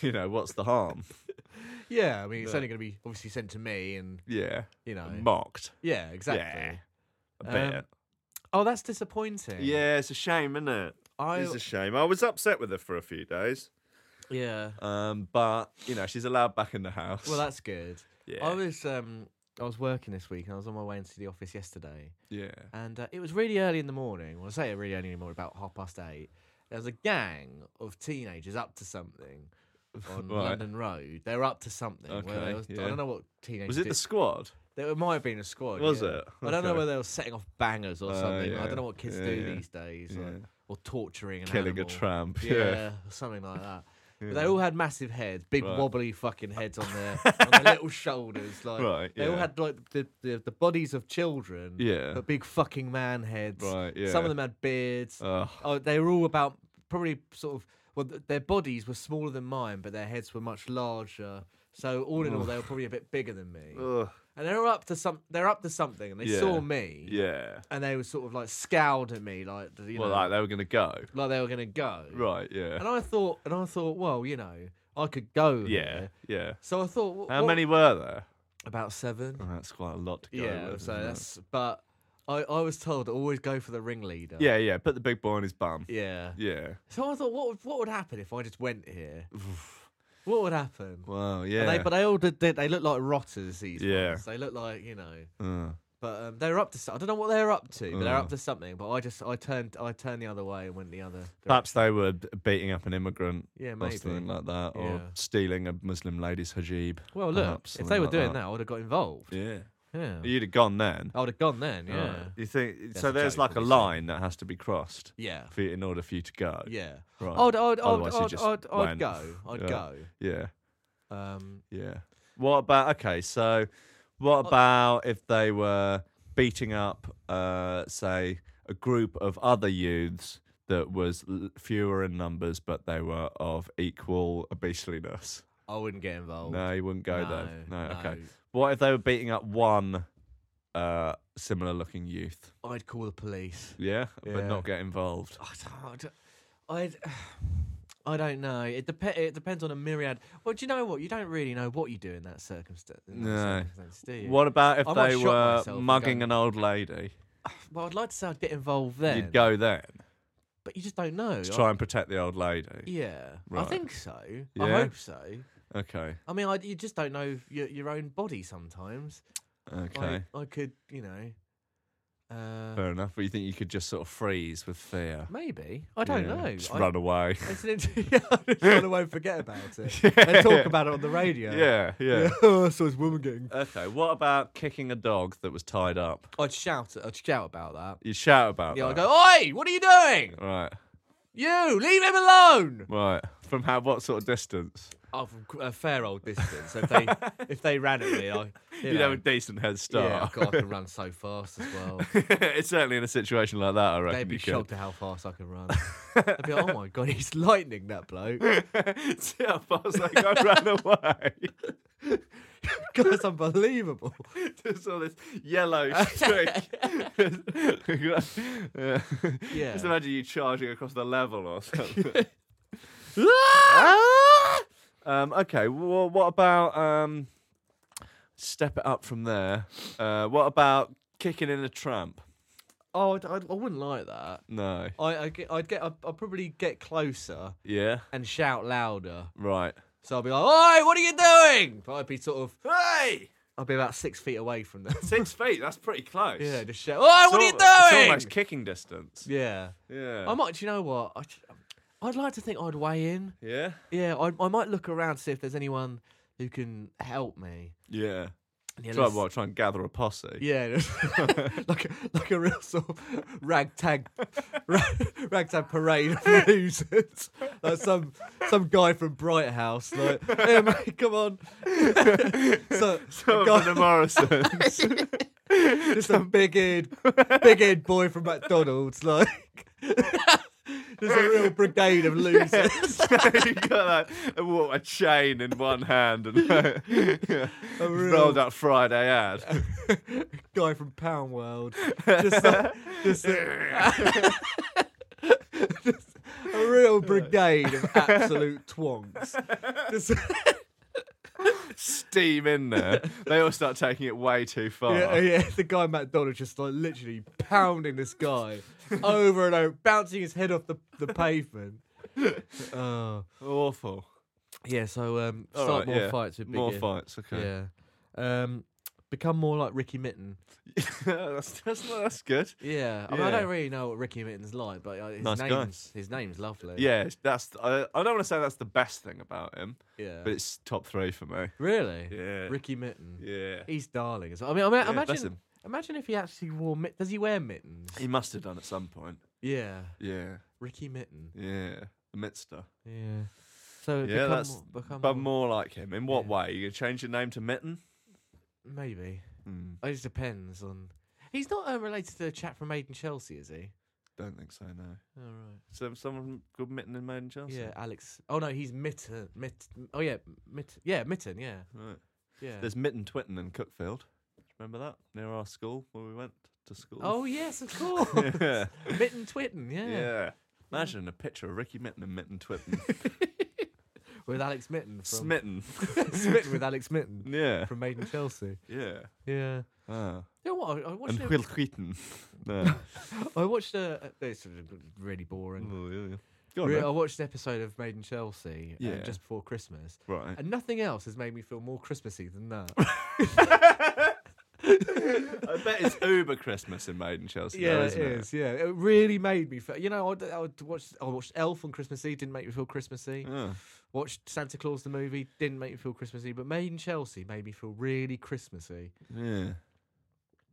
you know, what's the harm? yeah, I mean, it's But- only going to be obviously sent to me, and Yeah, you know, mocked yeah, exactly. a bit. Um, Oh, that's disappointing. yeah, it's a shame, isn't it? I It's a shame. I was upset with her for a few days, yeah. um, but you know, she's allowed back in the house. Well, that's good. yeah, I was um, I was working this week, and I was on my way into the office yesterday. yeah, and uh, it was really early in the morning. Well, I say really early in the morning, about half past eight. There was a gang of teenagers up to something on Right. London Road. They were up to something. where Okay, there was, yeah. I don't know what teenagers Was it did. the squad? There might have been a squad. Was yeah. it? I don't know Okay. whether they were setting off bangers or Oh, something. I yeah. don't know what kids Yeah, do yeah. these days, Yeah. or, or torturing an Killing animal. a tramp. Yeah, Yeah. or something like that. But they all had massive heads, big Right. wobbly fucking heads on their on their little shoulders. Like Right, they all yeah. had like the, the, the bodies of children, Yeah. but big fucking man heads. Right, Some yeah. Uh. of them had beards. Ugh. oh, they were all about probably sort of well, th- their bodies were smaller than mine, but their heads were much larger. So all in all, Oh. they were probably a bit bigger than me. Ugh. And they were up to some. They're up to something, and they Uh. Yeah. saw me, Yeah. and they were sort of like scowled at me, like you well, know, like they were gonna go. like they were gonna go. Right. Yeah. And I thought, and I thought, well, you know, I could go. Yeah. there. Yeah. So I thought, wh- How what- many were there? About seven. Oh, that's quite a lot to go. yeah. with, So isn't it? that's. But I, I was told to always go for the ringleader. Yeah. Yeah. Put the big boy on his bum. Yeah. Yeah. So I thought, what would what would happen if I just went here? what would happen? Wow. And Yeah. they, but they all did. They, they look like rotters. These Yeah. ones. They look like you know. Uh, But um, they were up to. so- I don't know what they were up to, but they're Uh. up to something. But I just I turned I turned the other way and went the other. perhaps they were b- beating up an immigrant Yeah, or maybe. something like that, or Yeah. stealing a Muslim lady's hijab. Well, look, perhaps, if they something were like that. doing that, I would have got involved. Yeah. Yeah, You'd have gone then. I would have gone then. Yeah, Right. You think so? a There's joke, like a obviously. line that has to be crossed yeah, for you, in order for you to go. yeah. Oh, Right. I'd I'd I'd, Otherwise you I'd, just I'd, I'd went. go. I'd Yeah. go. Yeah. Um, Yeah. What about okay? So, what about if they were beating up, uh, say, a group of other youths that was l- fewer in numbers, but they were of equal beastliness? I wouldn't get involved. No, you wouldn't go there. No, No, okay. no. What if they were beating up one uh, similar-looking youth? I'd call the police. Yeah, Yeah. but not get involved. I don't. I don't- Oh, I'd, I don't know. It dep- It depends on a myriad. Well, do you know what? You don't really know what you do in that circumstance. In that No. circumstance, do you? What about if I might they shot were myself and mugging go- an old lady? Well, I'd like to say I'd get involved then. You'd go then but you just don't know. to I- try and protect the old lady. yeah, I Right. think so. I Yeah? hope so. Okay. I mean, I, you just don't know your, your own body sometimes. Okay. I, I could, you know, uh, Fair enough. But you think you could just sort of freeze with fear? maybe. I don't Yeah, know. Just I, run away. It's an inter- I just won't forget about it and talk about it on the radio. Yeah, yeah. oh, I saw this woman getting. okay. What about kicking a dog that was tied up? I'd shout. I'd shout about that. You shout about that. Yeah, I'd go, "Oi, what are you doing? Right. You leave him alone. Right. From how what sort of distance? Oh, from qu- a fair old distance. If they if they ran at me, I you You'd know, have a decent head yeah, start. God, I can run so fast as well. it's certainly in a situation like that, I reckon. They'd be you could. shocked at how fast I can run. They'd be like, oh my god, he's lightning that bloke. See how fast that guy ran away. That's unbelievable. Just all this yellow streak. yeah. Yeah. Just imagine you charging across the level or something. Ah! Um, okay. Well, what about um, step it up from there? Uh, what about kicking in a tramp? oh, I'd, I'd, I wouldn't like that. No. I, I get, I'd get, I'd, I'd probably get closer Yeah. and shout louder. Right. So I'd be like, "Oi, what are you doing?" But I'd be sort of, Hey, I'd be about six feet away from them. six feet. That's pretty close. yeah, just shout, "Oi, what are you It's al- It's doing?" Um, almost kicking distance. yeah, Yeah. I might. Do you know what? I, just- I'd like to think I'd weigh in. yeah. Yeah, I, I might look around to see if there's anyone who can help me. Yeah. And yeah, Try let's- and what? Try and gather a posse. Yeah, like a, like a real sort of ragtag ra- ragtag parade of losers. like some some guy from Bright House, like, hey mate, come on. so Some a of guy, the Morrisons. just a big head big head boy from McDonald's, like there's a real brigade of losers. you got like, what, a chain in one hand and real- rolled up Friday ad. guy from Pound World. Just, like, just, a- just a real brigade of absolute twonks. Just- steam in there. they all start taking it way too far. yeah, yeah, the guy McDonald's just like literally pounding this guy over and over, bouncing his head off the, the pavement. Oh Awful. yeah, so um, All start right, more yeah. fights with Big More Ear. fights. Okay. Yeah, um, become more like Ricky Mitten. that's, that's, that's good. Yeah, I, mean, I Yeah. don't really know what Ricky Mitten's like, but uh, his Nice guy. name's his name's lovely. Yeah, that's. I, I don't want to say that's the best thing about him, yeah. but it's top three for me. Really? Yeah. Ricky Mitten. Yeah. He's darling. as well. I mean, I mean Yeah, bless imagine, him. imagine if he actually wore mittens. Does he wear mittens? He must have done at some point. Yeah. Yeah. Ricky Mitten. Yeah. The Mitster. Yeah. So Yeah, become, that's- more- become But more, more like him. In what Yeah. way? you going to change your name to Mitten? maybe. Hmm, It just depends on. He's not um, related to the chap from Made in Chelsea, is he? don't think so, no. All right. So someone called Mitten and Made in Oh, Chelsea? Yeah, Alex. Oh no, he's Mitten. Mitt. Oh yeah, Mitten. Yeah, Mitten. Yeah. Right. Yeah. There's Mitten Twitten in Cookfield. Remember that? Near our school where we went to school. Oh yes, of course. Yeah. Mitten Twitten. Yeah. Yeah. Imagine a picture of Ricky Mitten and Mitten Twitten. With Alex Mitten. From, Smitten. Smitten with Alex Mitten Yeah. from Made in Chelsea. Yeah. Yeah. Ah. You know what? I, I watched. And a- Will Quitten. Yeah. I watched a. a- It's a- really boring. Oh, yeah, yeah. Go on, Re- then. I watched an episode of Made in Chelsea uh, Yeah. just before Christmas, Right. and nothing else has made me feel more Christmassy than that. I bet it's Uber Christmas in Maiden Chelsea. yeah, though, it isn't it is. Yeah, it really made me feel. You know, I, I would watch. I watched Elf on Christmas Eve. Didn't make me feel Christmassy. Ah. Watched Santa Claus the movie. Didn't make me feel Christmassy. But Made in Chelsea made me feel really Christmassy. Yeah.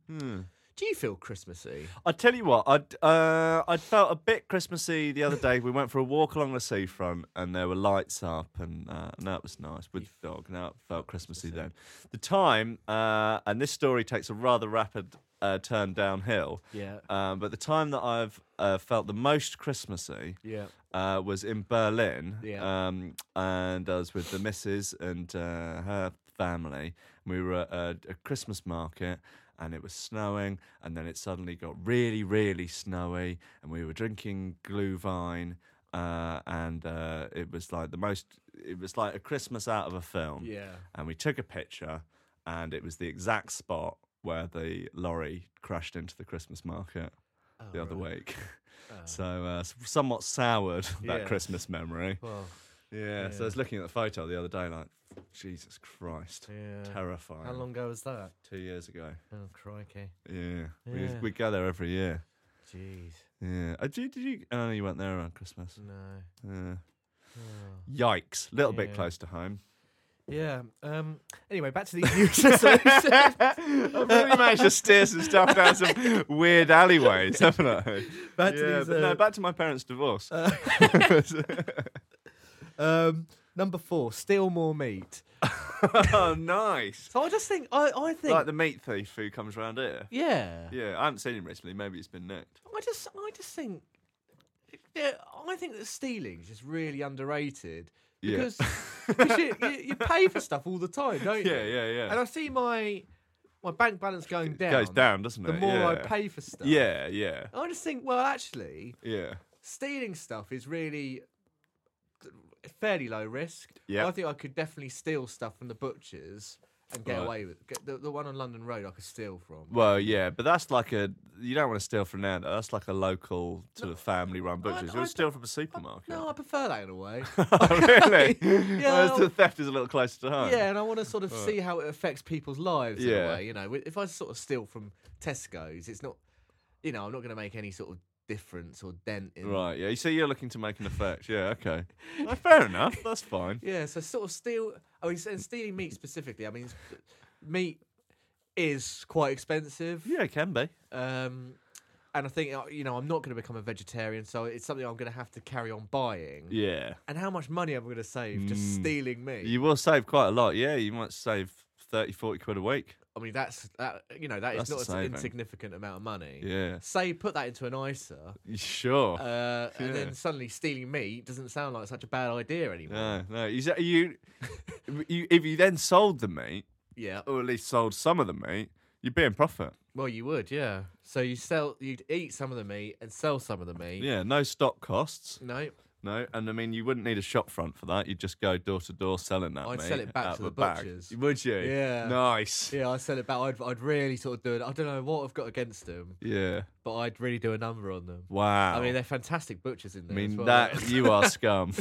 Hmm. Do you feel Christmassy? I tell you what, I uh, I felt a bit Christmassy the other day. We went for a walk along the seafront, and there were lights up, and uh, and that was nice with the dog. Now it felt Christmassy then. The time, uh, and this story takes a rather rapid uh, turn downhill. Yeah. Um, but the time that I've uh, felt the most Christmassy Yeah. uh, was in Berlin, Yeah. um, and I was with the missus and uh, her family. We were at a, a Christmas market, and it was snowing, and then it suddenly got really, really snowy, and we were drinking glühwein, uh, and uh, it was like the most. It was like a Christmas out of a film Yeah. and we took a picture and it was the exact spot where the lorry crashed into the christmas market Oh, the other week so uh, s- somewhat soured that Yeah. christmas memory Well, yeah, so i was looking at the photo the other day like jesus christ yeah. terrifying How long ago was that? two years ago Oh crikey! yeah, We, Yeah. we go there every year Jeez. yeah Uh, did you, did you oh no, you went there around christmas No. yeah. Oh. yikes little bit Yeah. close to home Yeah. Um. Anyway, back to these new resolutions. I've really managed to steer some stuff down some weird alleyways, haven't I? Back to Uh, Yeah, these, but uh, no, back to my parents' divorce. um. Number four, steal more meat. oh, nice. So I just think I I think Like the meat thief who comes round here. yeah. Yeah, I haven't seen him recently. Maybe he's been nicked. I just I just think yeah, I think that stealing is just really underrated Yeah. because 'cause you, you, you pay for stuff all the time, don't Yeah, you? yeah, yeah. And I see my my bank balance going down. Goes down, doesn't it? The more yeah. I pay for stuff. Yeah, yeah, I just think, well, actually, yeah. stealing stuff is really fairly low risk. Yeah. I think I could definitely steal stuff from the butchers and get Right. away with get the, the one on London Road I could steal from. Well, yeah, but that's like a you don't want to steal from Nando. That's like a local sort of family-run butcher's. You I would steal from a I- supermarket. No, I prefer that in a way. oh, really? Yeah, Whereas I'll- the theft is a little closer to home. yeah, and I want to sort of see how it affects people's lives in a Yeah. way. You know, if I sort of steal from Tesco's, it's not, you know, I'm not going to make any sort of difference or dent in. Right. Yeah. You see, you're looking to make an effect. Yeah. Okay. Well, fair enough. That's fine. Yeah, so sort of steal. I mean, and stealing meat specifically. I mean, it's- meat is quite expensive. Yeah, it can be. Um, and I think uh, you know I'm not going to become a vegetarian, so it's something I'm going to have to carry on buying. Yeah. And how much money am I going to save just Mm. stealing meat? You will save quite a lot. Yeah. You might save 30, 40 quid a week. I mean, that's that. You know, that is That's a not an saving. insignificant amount of money. Yeah. Say, put that into an ISA, Sure. uh, Yeah. and then suddenly stealing meat doesn't sound like such a bad idea anymore. no. No. Is that, you, you. If you then sold the meat, yeah. or at least sold some of the meat, you'd be in profit. Well, you would, yeah. So you sell, you'd eat some of the meat and sell some of the meat. Yeah. No stock costs. No, No. And I mean, you wouldn't need a shop front for that. You'd just go door to door selling that. I'd meat sell it back out to of the a bag. butchers. Would you? Yeah. Nice. yeah, I sell it back. I'd, I'd really sort of do it. I don't know what I've got against them, Yeah. but I'd really do a number on them. Wow. I mean, they're fantastic butchers in I there. as mean well. that you are scum.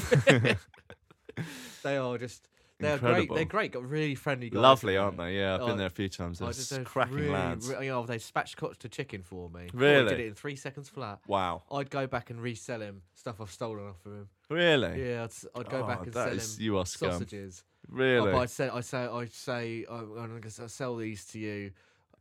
they are just they are great. Incredible. They're great. Got really friendly guys. Lovely, in aren't there. they? Yeah, I've Oh, been there a few times. They're I s- just they're cracking really, lads. re- oh, they spatchcocked to chicken for me. Oh, I did Really? it in three seconds flat. wow, I'd go back and resell him stuff I've stolen off of him. really? Yeah, I'd, s- I'd go Oh, back and that sell is- him you are scum. sausages. Oh, Really? but I'd say I say I say I'm, I'm going to sell these to you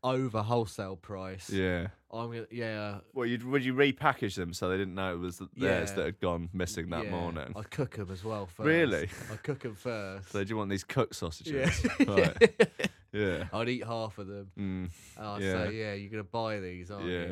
over wholesale price. yeah. I'm gonna, yeah. Well, you'd, would you repackage them so they didn't know it was th- theirs Yeah. that had gone missing that yeah. morning? I'd cook them as well first. Really? I'd cook them first. So do you want these cooked sausages? yeah. Right. yeah. I'd eat half of them. Mm, And I'd Yeah. say, yeah, you're going to buy these, aren't Yeah. you?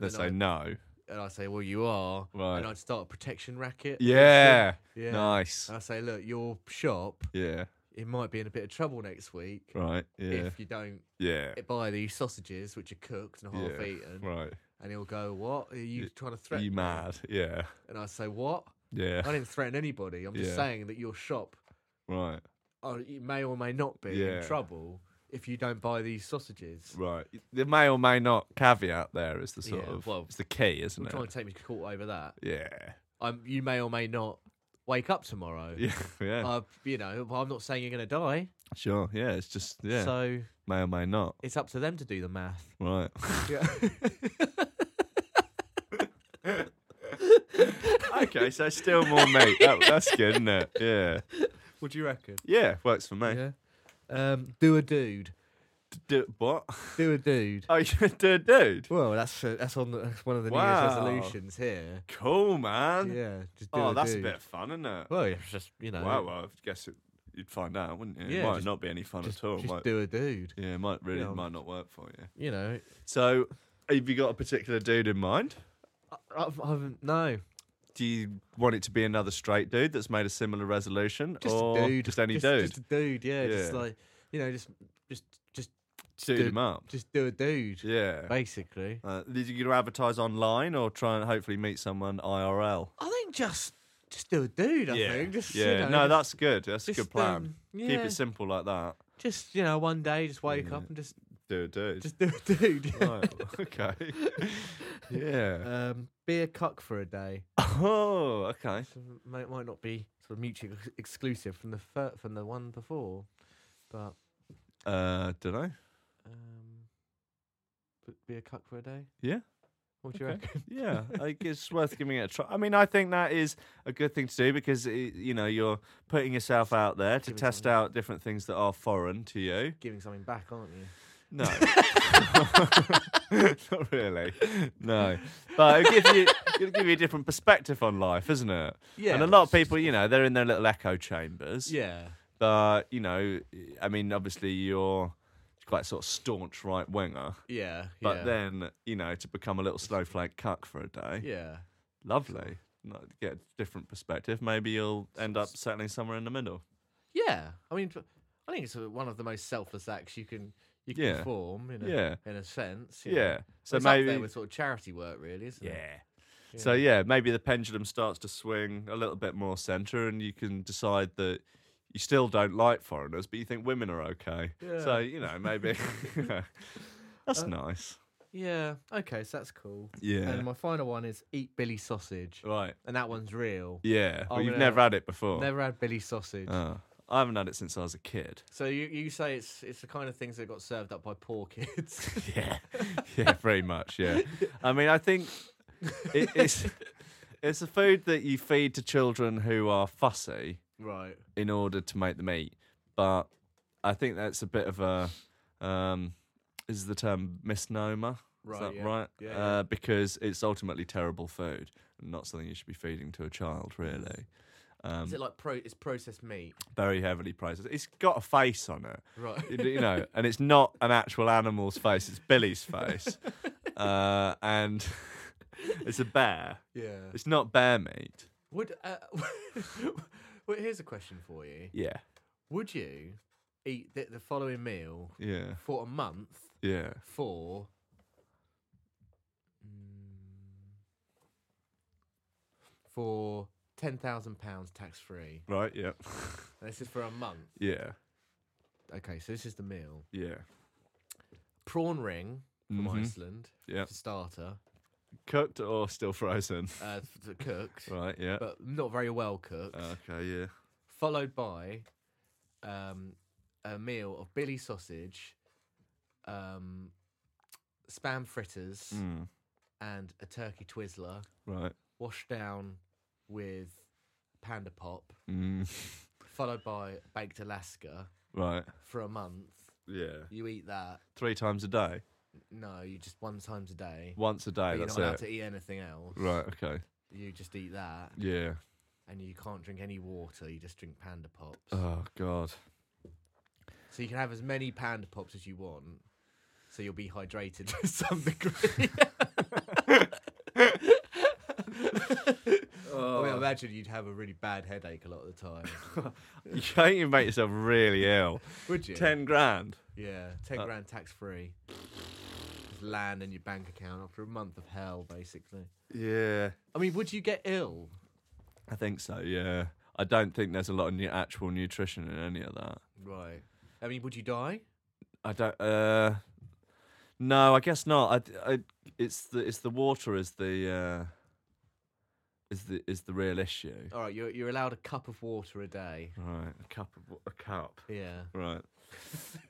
they then say I'd, no. and I'd say, well, you are. Right. And I'd start a protection racket. against Yeah. them. Yeah. Uh, Nice. And I'd say, look, your shop, Yeah. it might be in a bit of trouble next week Right. Yeah. if you don't yeah. buy these sausages, which are cooked and half yeah. eaten. Right. And he'll go, what? Are you Y- trying to Are threaten you me?" mad? Yeah. And I'd say, what? Yeah. I didn't threaten anybody. I'm just Yeah. saying that your shop Right. uh, you may or may not be in Yeah. trouble if you don't buy these sausages. Right. The may or may not caveat there is the sort Yeah, of well, it's the key, isn't Don't it? try and take me to court over that. Yeah. um, you may or may not wake up tomorrow. Yeah. Yeah. Uh, you know, I'm not saying you're going to die. sure. Yeah. It's just yeah. So may or may not. it's up to them to do the math. Right. Yeah. okay. So still more meat. That, that's good, isn't it? Yeah. what do you reckon? Yeah. Works for me. Yeah. Um, do a dude. D- do- what? Do a dude. Oh, you're a dude, dude. Well, that's uh, that's on the, that's one of the New Year's Wow. resolutions here. Cool, man. Yeah. Just do oh, a that's dude. a bit of fun, isn't it? Well, it's just you know. Wow. Well, I guess it, you'd find out, wouldn't you? Yeah, it might just- not be any fun Just, at all. just might, do a dude. yeah. It might really Yeah. might not work for you. You know. So, have you got a particular dude in mind? I, I've- I haven't. No. do you want it to be another straight dude that's made a similar resolution, Just or a dude. just any just, dude? Just a dude. Yeah, Just Yeah. like you know, just just just Suit dude. him up. just do a dude. Yeah. Basically. Uh, are you going to advertise online or try and hopefully meet someone IRL? I think just just do a dude. I yeah. think just yeah. You know, no, just- that's good. That's a just, good plan. um, Keep yeah. it simple like that. just you know one day just wake up and just Do a dude. just do a dude. Right, okay. yeah. um, be a cuck for a day. Oh, okay. So it might, might not be sort of mutually ex- exclusive from the fir- from the one before, but Uh, don't know. um, b- be a cuck for a day. Yeah. What do you Okay. reckon? yeah, like it's worth giving it a try. I mean, I think that is a good thing to do because it, you know you're putting yourself out there to Give it test something. out different things that are foreign to you. Giving something back, aren't you? No, not really. No, but it'll give you it'll give you a different perspective on life, isn't it? and a lot of people, you know, they're in their little echo chambers. Yeah. but you know, I mean, obviously you're quite sort of staunch right winger, Yeah. but yeah. then you know to become a little snowflake cuck for a day. Yeah. lovely. Not get a different perspective. Maybe you'll end up settling somewhere in the middle. Yeah. I mean, p- I think it's uh, one of the most selfless acts you can you can Yeah. perform in a, Yeah. in a sense. Yeah. you know. So it's up there maybe. with sort of charity work, really, isn't Yeah. it? So yeah, maybe the pendulum starts to swing a little bit more centre, and you can decide that you still don't like foreigners, but you think women are okay. So Yeah. Uh, you know, maybe that's nice. Yeah. Okay, so that's cool. Yeah. And My final one is eat Billy sausage, right. and that one's real. Yeah. I'm Well, you've gonna- never had it before. Never had Billy sausage. Oh. I haven't had it since I was a kid. So you, you say it's it's the kind of things that got served up by poor kids. yeah, yeah, very much. Yeah, I mean, I think it, it's it's a food that you feed to children who are fussy right. in order to make them eat. But I think that's a bit of a um, is the term misnomer. Right, is that yeah. right? Yeah, uh, yeah. Because it's ultimately terrible food, and not something you should be feeding to a child. Really, um, Is it like pro? It's processed meat. very heavily processed. It's got a face on it Right. you d- you know, and it's not an actual animal's face; it's Billy's face, uh, and it's a bear. Yeah. It's not bear meat. Would uh, well, here's a question for you. Yeah, Would you eat the, the following meal yeah, for a month yeah. for? mm, For ten thousand pounds tax free. Right. Yeah. This is for a month. Yeah. Okay, so this is the meal: Yeah. prawn ring from Mhm. Iceland Yeah. for starter, Cooked or still frozen? uh, f- f- cooked, Right. Yeah. but not very well cooked. Okay. Yeah. followed by um, a meal of Billy sausage, um, spam fritters, Mm. and a turkey Twizzler, Right. washed down with panda pop, Mm. followed by baked Alaska Right. for a month. Yeah. You eat that? Three times a day. No, you just one times a day. Once a day. You're that's not allowed it. to eat anything else. Right. Okay. You just eat that, Yeah. and you can't drink any water. You just drink panda pops. Oh God. So you can have as many panda pops as you want. So you'll be hydrated to some degree. Oh. I mean, I imagine you'd have a really bad headache a lot of the time. You can't even make yourself really ill. Would you? Ten grand. Yeah, ten Uh, grand tax free. Just land in your bank account after a month of hell, basically. Yeah. I mean, would you get ill? I think so. Yeah, I don't think there's a lot of new actual nutrition in any of that. Right. I mean, would you die? I don't. Uh, no, I guess not. I, I, it's the it's the water is the uh, is the is the real issue. All right, you're you're allowed a cup of water a day. Right, a cup of wa- a cup. Yeah. Right.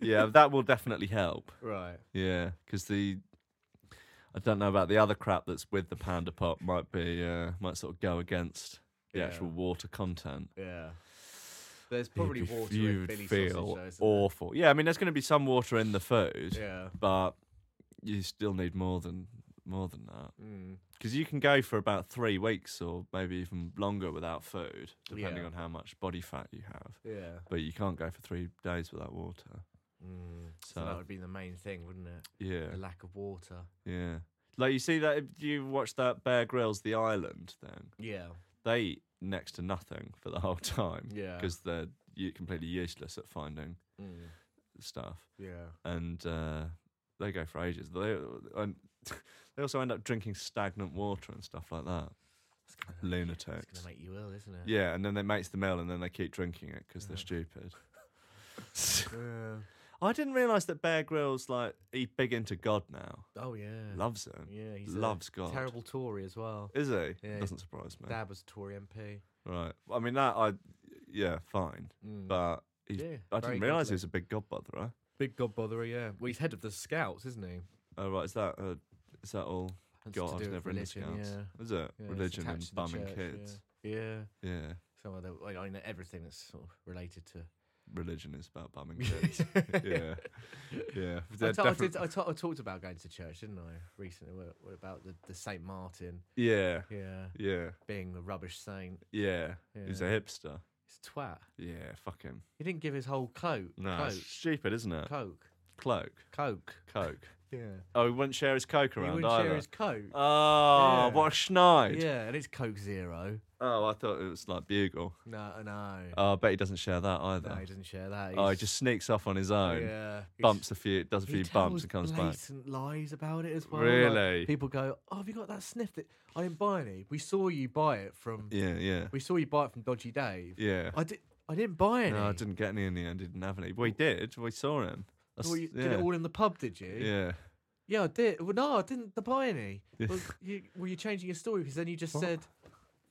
yeah, that will definitely help. Right. Yeah, because the I don't know about the other crap that's with the panda pop might be uh, might sort of go against the Yeah. actual water content. Yeah. There's You'd probably be- water you in would Billy feel sausage, though, isn't there? awful. Yeah, I mean, there's going to be some water in the food, Yeah. but you still need more than more than that Mm. because you can go for about three weeks or maybe even longer without food, depending Yeah. on how much body fat you have. Yeah. But you can't go for three days without water. Mm. So, So- that would be the main thing, wouldn't it? Yeah, The lack of water. yeah. Like you see that if you watch that Bear Grylls The Island thing, Yeah. they eat next to nothing for the whole time Yeah. because they're u- completely useless at finding Mm. stuff. Yeah. and uh, they go for ages. They and they also end up drinking stagnant water and stuff like that. It's gonna, Oh, it's Lunatics. gonna make you ill, isn't it? Yeah, and then they makes the meal, and then they keep drinking it because they're Yeah. stupid. Yeah. I didn't realise that Bear Grylls like he's big into God now. Oh yeah. Loves him. Yeah. He's Loves a God. terrible Tory as well. Is he? Yeah. Doesn't surprise me. Dad was a Tory MP. Right. I mean that I, yeah, fine. Mm. But he's, yeah, I very didn't realise he godly. was a big eh? God botherer. big god botherer. Yeah. Well, he's head of the Scouts, isn't he? Oh right, is that uh, is that all? And it's God, to I was do with never into religion, scouts. yeah. Is it Yeah, it's religion attached and to the bumming church, kids? Yeah. yeah. Yeah. Some of the, like, I know everything that's sort of related to. religion is about bumming kids. yeah, yeah. I They're ta- I definite- did- I ta- I talked about going to church, didn't I, recently? What, what about the, the Saint Martin? yeah, Yeah. yeah, Being the rubbish saint. yeah. He's a Yeah. hipster. It's twat. Yeah, fuck him. He didn't give his whole coat. No, Coke. it's stupid, isn't it? Coke. Cloak, Coke. coke. Yeah. Oh, he wouldn't share his coke He around wouldn't either. share his coke. Oh, Yeah. what a schneid. yeah, and it's Coke Zero. Oh, I thought it was like bugle. No, no. Oh, I bet he doesn't share that no, he either. doesn't share that. oh, he He's- Oh, just sneaks off on his own. yeah, he's- Bumps a few, does a he few bumps tells and comes back. blatant lies about it as well. like, Really? people go, "Oh, have you got that sniffed? It? I didn't buy any. We saw you buy it from. Yeah, yeah, We saw you buy it from Dodgy Dave. yeah. I did. I didn't buy any. No, I didn't get any in the end. He didn't have any. We did. We saw him. I s- Well, you yeah. Did it all in the pub? Did you? yeah. Yeah, I did. Well, no, I didn't buy any. Yeah. Well, you, were you changing your story? Because then you just What? said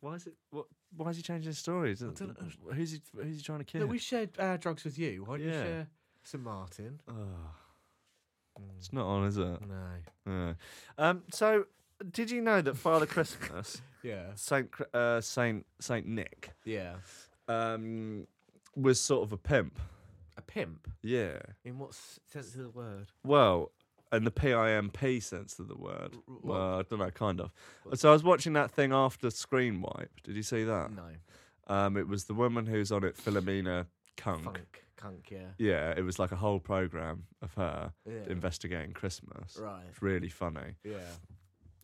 Why is it? What, why is he changing his stories? dunno. Who's he? Who's he trying to kill? that we shared our drugs with you. Why didn't Yeah. you share St Martin? Mm, Ugh. It's not on, is it? No. Yeah. Um. So, did you know that Father Christmas, Yeah. Saint Cr- uh, Saint Saint Nick, Yeah. um, was sort of a pimp? A pimp. Yeah. In what s- sense of the word? Well, in the PIMP sense of the word. R- r- Well, I don't know, kind of. So I was watching that thing after Screen Wipe. Did you see that? No. Um, it was the woman who's on it, Philomena Kunk. Funk. Cunk. Yeah. Yeah, it was like a whole program of her Yeah. investigating Christmas. Right. It's really funny. Yeah.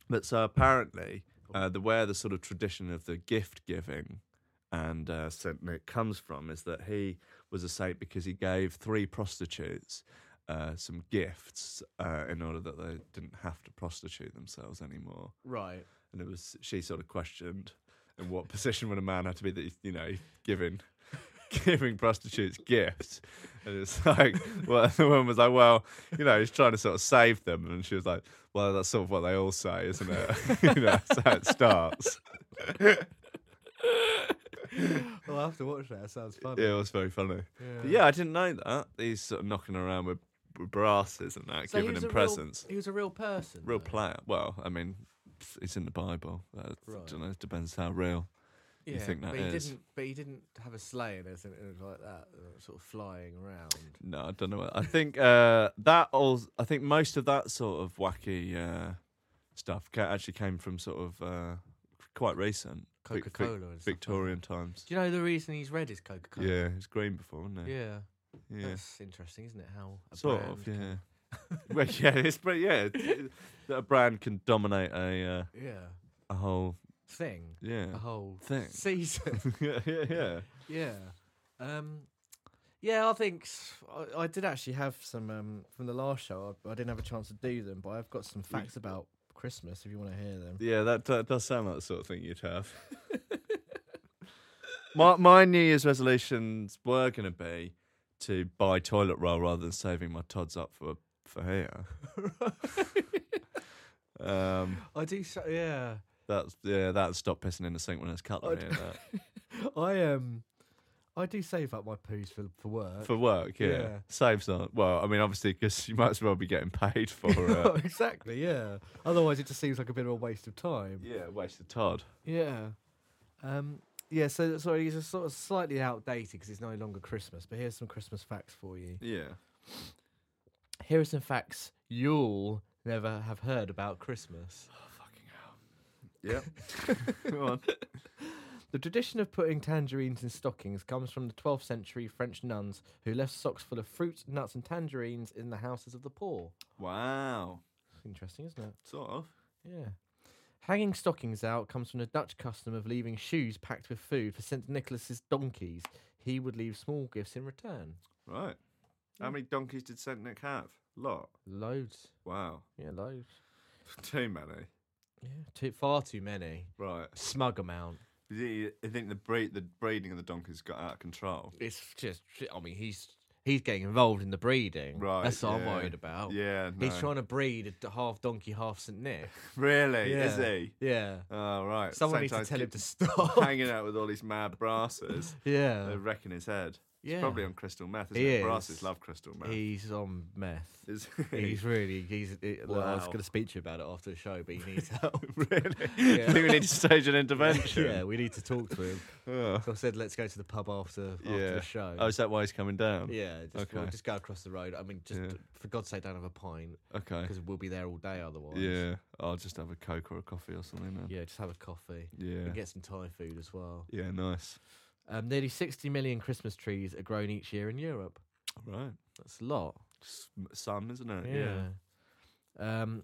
But so apparently, uh, the where the sort of tradition of the gift giving and uh, Saint Nick comes from is that he was a saint because he gave three prostitutes uh, some gifts uh, in order that they didn't have to prostitute themselves anymore. Right. And it was she sort of questioned, in what position would a man have to be that he's, you know he's giving. Giving prostitutes gifts, and it's like, well, the woman was like, well, you know, he's trying to sort of save them, and she was like, well, that's sort of what they all say, isn't it? you know, that's how it starts. Well, I have to watch that. That sounds funny. Yeah, it was very funny. But Yeah, I didn't know that. He's sort of knocking around with, with brasses and that, giving him presents. Real, he was a real person. Real, though. player. Well, I mean, it's in the Bible. I Right. don't know. It depends how real. you think that but he is? didn't. But he didn't have a sleigh and anything like that, uh, sort of flying around. No, I don't know. I think uh, that all. I think most of that sort of wacky uh, stuff ca- actually came from sort of uh, quite recent Vic- Coca Vic- Cola and stuff. Victorian times. Do you know the reason he's red is Coca Cola? Yeah, it was green before, wasn't it? Yeah. yeah. That's interesting, isn't it? How a sort brand of. can- Yeah. well, yeah, it's pretty. Yeah, it- it- that a brand can dominate a uh, Yeah. a whole Thing. yeah A whole thing. season. yeah, yeah, yeah. Yeah. Um, yeah, I think s- I, I did actually have some um, from the last show. I, I didn't have a chance to do them, but I've got some facts about Christmas if you want to hear them. Yeah, that, that does sound like the sort of thing you'd have. my my New Year's resolutions were going to be to buy toilet roll rather than saving my tods up for for here. um, I do. So, yeah. that's yeah, that stop pissing in the sink when there's cutlery I'd- in it. I um, I do save up my poos for for work. for work. Yeah, Yeah. saves on. Well, I mean, obviously, because you might as well be getting paid for it. exactly. Yeah. Otherwise, it just seems like a bit of a waste of time. yeah, waste of Todd. Yeah. Um. Yeah. So sorry, these are sort of slightly outdated because it's no longer Christmas. But here's some Christmas facts for you. Yeah. Here are some facts you'll never have heard about Christmas. Yep. Go on. The tradition of putting tangerines in stockings comes from the 12th century French nuns who left socks full of fruit, nuts, and tangerines in the houses of the poor. Wow. Interesting, isn't it? Sort of. Yeah. Hanging stockings out comes from the Dutch custom of leaving shoes packed with food for St. Nicholas's donkeys. He would leave small gifts in return. Right. Yeah. How many donkeys did Saint Nick have? Lot. Loads. Wow. Yeah, loads. Too many. Yeah, too, far too many. Right. Smug amount. Do you you think the breed, the breeding of the donkeys got out of control? It's just, I mean, he's he's getting involved in the breeding. Right, That's what I'm yeah. worried about. Yeah. Oh. He's no. trying to breed a d- half donkey, half St. Nick. Really? Yeah. Is he? Yeah. Oh right. Someone Saint needs to Ives tell him keep to stop. hanging out with all these mad brasses. yeah. They're wrecking his head. He's Yeah. probably on crystal meth. Isn't He it? Brasses is. love crystal meth. He's on meth. Is- He's really. He's. It, look, I was Wow. going to speak to you about it after the show, but he needs help. really? Yeah. I think we need to stage an intervention. yeah, we need to talk to him. Ugh. So I said, let's go to the pub after after Yeah. the show. Oh, is that why he's coming down? yeah, just, well, okay. just go across the road. I mean, just Yeah. for God's sake, don't have a pint Okay. because we'll be there all day otherwise. Yeah. I'll just have a coke or a coffee or something then. yeah, just have a coffee Yeah. and get some Thai food as well. Yeah, nice. Um, nearly 60 million Christmas trees are grown each year in Europe. Right. That's a lot. S- Some, isn't it? Um,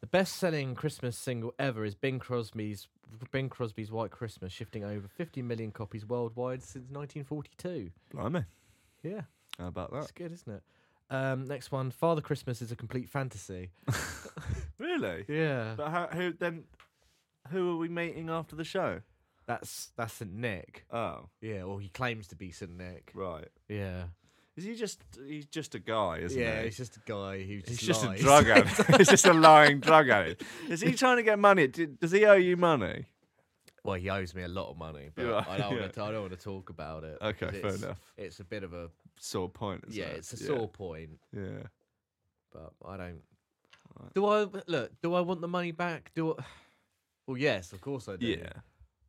the best-selling Christmas single ever is Bing Crosby's Bing Crosby's White Christmas, shifting over 50 million copies worldwide since 1942. Blimey. Yeah, How about that's that? good, isn't it? Um, next one, Father Christmas is a complete fantasy. Really? Yeah, But how, who then? Who are we meeting after the show? that's that's Saint Nick. Oh, Yeah, or he claims to be Saint Nick. right. Yeah, Is he just? He's just a guy, isn't yeah, he? he's just a guy who He's just just lies. a drug addict. he's just a lying drug addict. Is he trying to get money? Do- Does he owe you money? Well, he owes me a lot of money, but Yeah, I don't yeah. want to. I don't want to talk about it. Okay, 'cause fair it's- enough. It's a bit of a Sore point. Isn't yeah, it? it's a sore point. Yeah. but I don't. Alright. Do I look? Do I want the money back? Do I? Well, yes, of course I do. Yeah.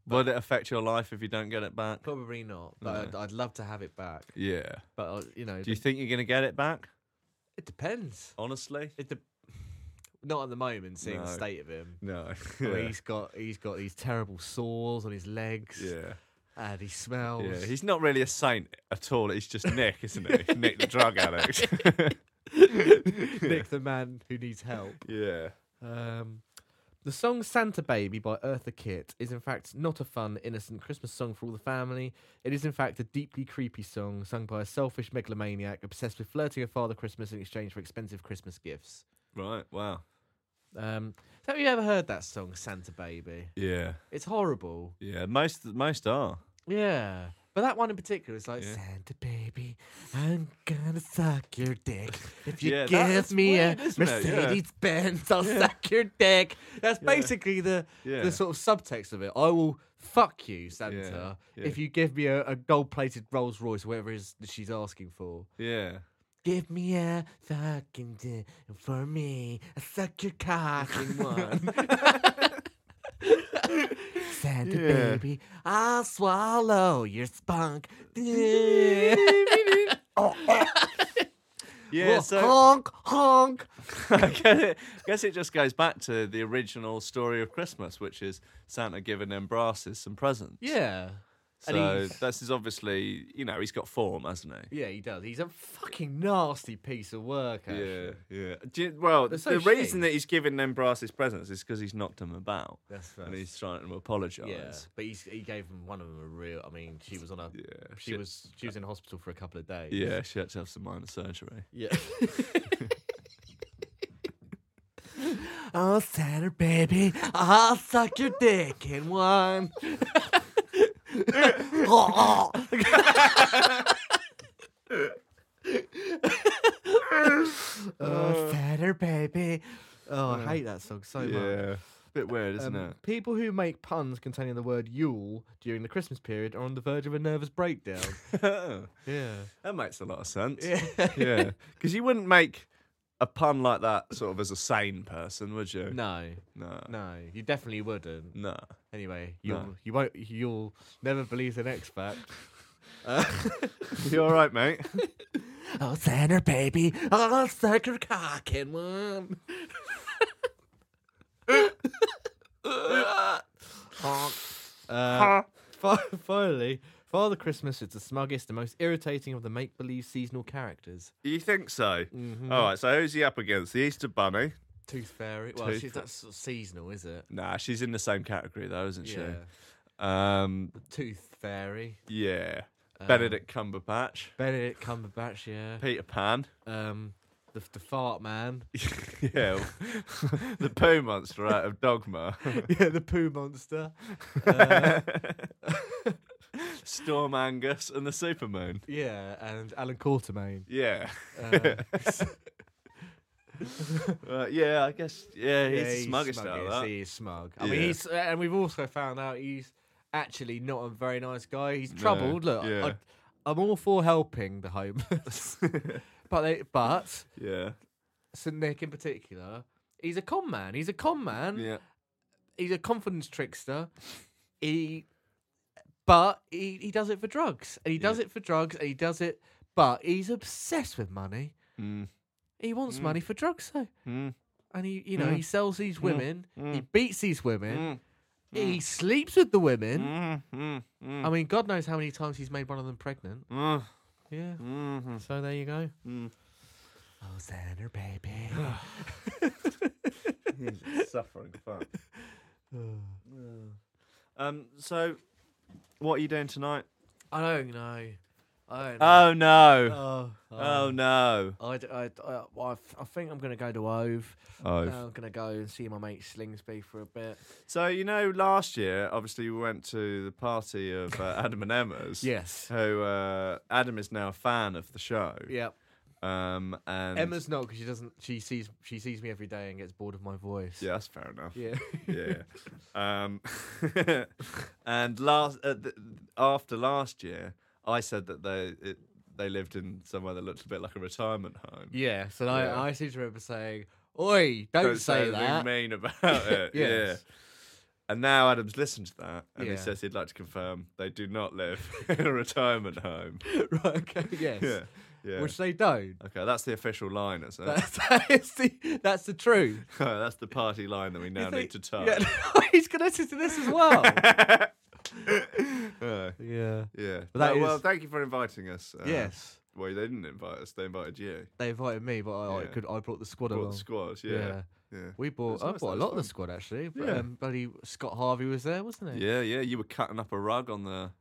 Will it affect your life if you don't get it back? probably not. But I'd, No. I'd love to have it back. Yeah. But I, you know, Do you the- think you're gonna get it back? it depends. Honestly. It de- not at the moment, seeing the No. state of him. No. I mean, He's got he's got these terrible sores on his legs, yeah. and he smells. Yeah, he's not really a saint at all. He's just Nick, isn't he? Nick the drug addict. Nick, the man who needs help. yeah. Um, the song Santa Baby by Eartha Kitt is, in fact, not a fun, innocent Christmas song for all the family. It is, in fact, a deeply creepy song sung by a selfish megalomaniac obsessed with flirting with Father Christmas in exchange for expensive Christmas gifts. Right. Wow. Um, have you ever heard that song, Santa Baby? Yeah. It's horrible. Yeah. Most most are. Yeah. But that one in particular is like, Yeah. Santa baby, I'm gonna suck your dick. If you Yeah, that- give that's me weird, a isn't it? Yeah. Mercedes Benz, I'll suck your dick. That's basically the, Yeah. the sort of subtext of it. I will fuck you, Santa, yeah. if you give me a, a gold plated Rolls Royce, whatever it is that she's asking for. Yeah. Give me a fucking dick for me. I suck your cock in one. Santa Yeah. baby, I'll swallow your spunk. honk, Yeah. So honk. I guess, it, guess it just goes back to the original story of Christmas, which is Santa giving them brasses some presents. Yeah. and So he's- this is obviously, you know, he's got form, hasn't he? Yeah, he does. He's a fucking nasty piece of work, actually. Yeah, yeah. Do you- well, They're the so reason shitty. that he's giving them brasses presents is because he's knocked them about, That's fair. and he's trying to apologise. Yeah, but he's, he gave him one of them a real. I mean, she was on a. Yeah, She shit. was she was in hospital for a couple of days. Yeah, she had to have some minor surgery. Yeah. oh, Santa baby, I'll suck your dick in one. oh, Santa baby. Oh, I hate that song so much. bit weird, isn't Um, People who make puns containing the word Yule during the Christmas period are on the verge of a nervous breakdown. it? yeah. that makes a lot of sense. Yeah. yeah, because you wouldn't make a pun like that sort of as a sane person, would you? No, no, no, you definitely wouldn't. no. Anyway, you'll No. you won't you'll never believe the next fact. You all right, mate? oh, Santa baby, oh, suck your cock in one. Honk. uh, fi- finally, Father Christmas is the smuggest and most irritating of the make-believe seasonal characters. You think so? Mm-hmm. All right. So who's he up against? The Easter Bunny. Tooth fairy. Well, Tooth she's fa- that's sort of seasonal, is it? Nah, she's in the same category though, isn't she? Yeah. Um, Tooth fairy. Um, yeah. Benedict Cumberbatch, Benedict Cumberbatch. Yeah. Peter Pan. Um, the, the fart man. yeah, the poo monster out of Dogma. yeah, the poo monster. Storm Angus and the Supermoon. Yeah, and Alan Quatermain. Yeah. Uh, Uh, yeah, I guess. Yeah, he's yeah, the smuggest out of smug, that. He is smug. I Yeah. mean, he's and we've also found out he's actually not a very nice guy. He's troubled. Look, I- yeah. I, I'm all for helping the homeless, but they, but Yeah. St Nick in particular, he's a con man. He's a con man. Yeah. He's a confidence trickster. He, but he, he does it for drugs, and he does Yeah. it for drugs, and he does it. But he's obsessed with money. Mm. He wants Mm. money for drugs, though, Mm. and he you know Mm. he sells these women. He Mm. beats these Mm. women. He sleeps with the women. Mm. Mm. Mm. I mean, God knows how many times he's made one of them pregnant. Mm. Yeah. Mm. So there you go. Mm. Oh, Xander, baby. He's suffering fuck. um. So, what are you doing tonight? I don't know. I don't know. Oh no! oh, Oh no! I, d- I d- I- well, I th- I think I'm going to go to Ove. Oh. Uh, I'm going to go and see my mate Slingsby for a bit. So you know, last year, obviously, we went to the party of uh, Adam and Emma's. Yes. Who uh, Adam is now a fan of the show. Yeah. Um. And Emma's not because she doesn't. She sees she sees me every day and gets bored of my voice. Yeah, that's fair enough. Yeah. yeah. Um, and last uh, th- after last year, I said that they it, they lived in somewhere that looked a bit like a retirement home. Yes. And Yeah. I, I seem to remember saying, "Oi, don't, say, anything that." mean about it. Yeah. Yes. And now Adam's listened to that, and he Yeah. says he'd like to confirm they do not live in a retirement home. right. Okay. Yes. Yeah. Yeah. Uh, Which they don't. okay, that's the official line. Is it? That's, That's, that is the, that's the truth. that's the party line that we now You need to touch. think- Yeah, he's going to listen to this as well. Uh, yeah. yeah. But that No, Well, is- thank you for inviting us. uh, Yes. Well, they didn't invite us. They invited you. They invited me, but I, I Yeah. could. I brought the squad Brought along. the squad. Yeah. Yeah. We bought. That's I nice, bought that a was lot of the fun. squad actually. But, Yeah. um, buddy Scott Harvey was there, wasn't he? Yeah. Yeah. You were cutting up a rug on the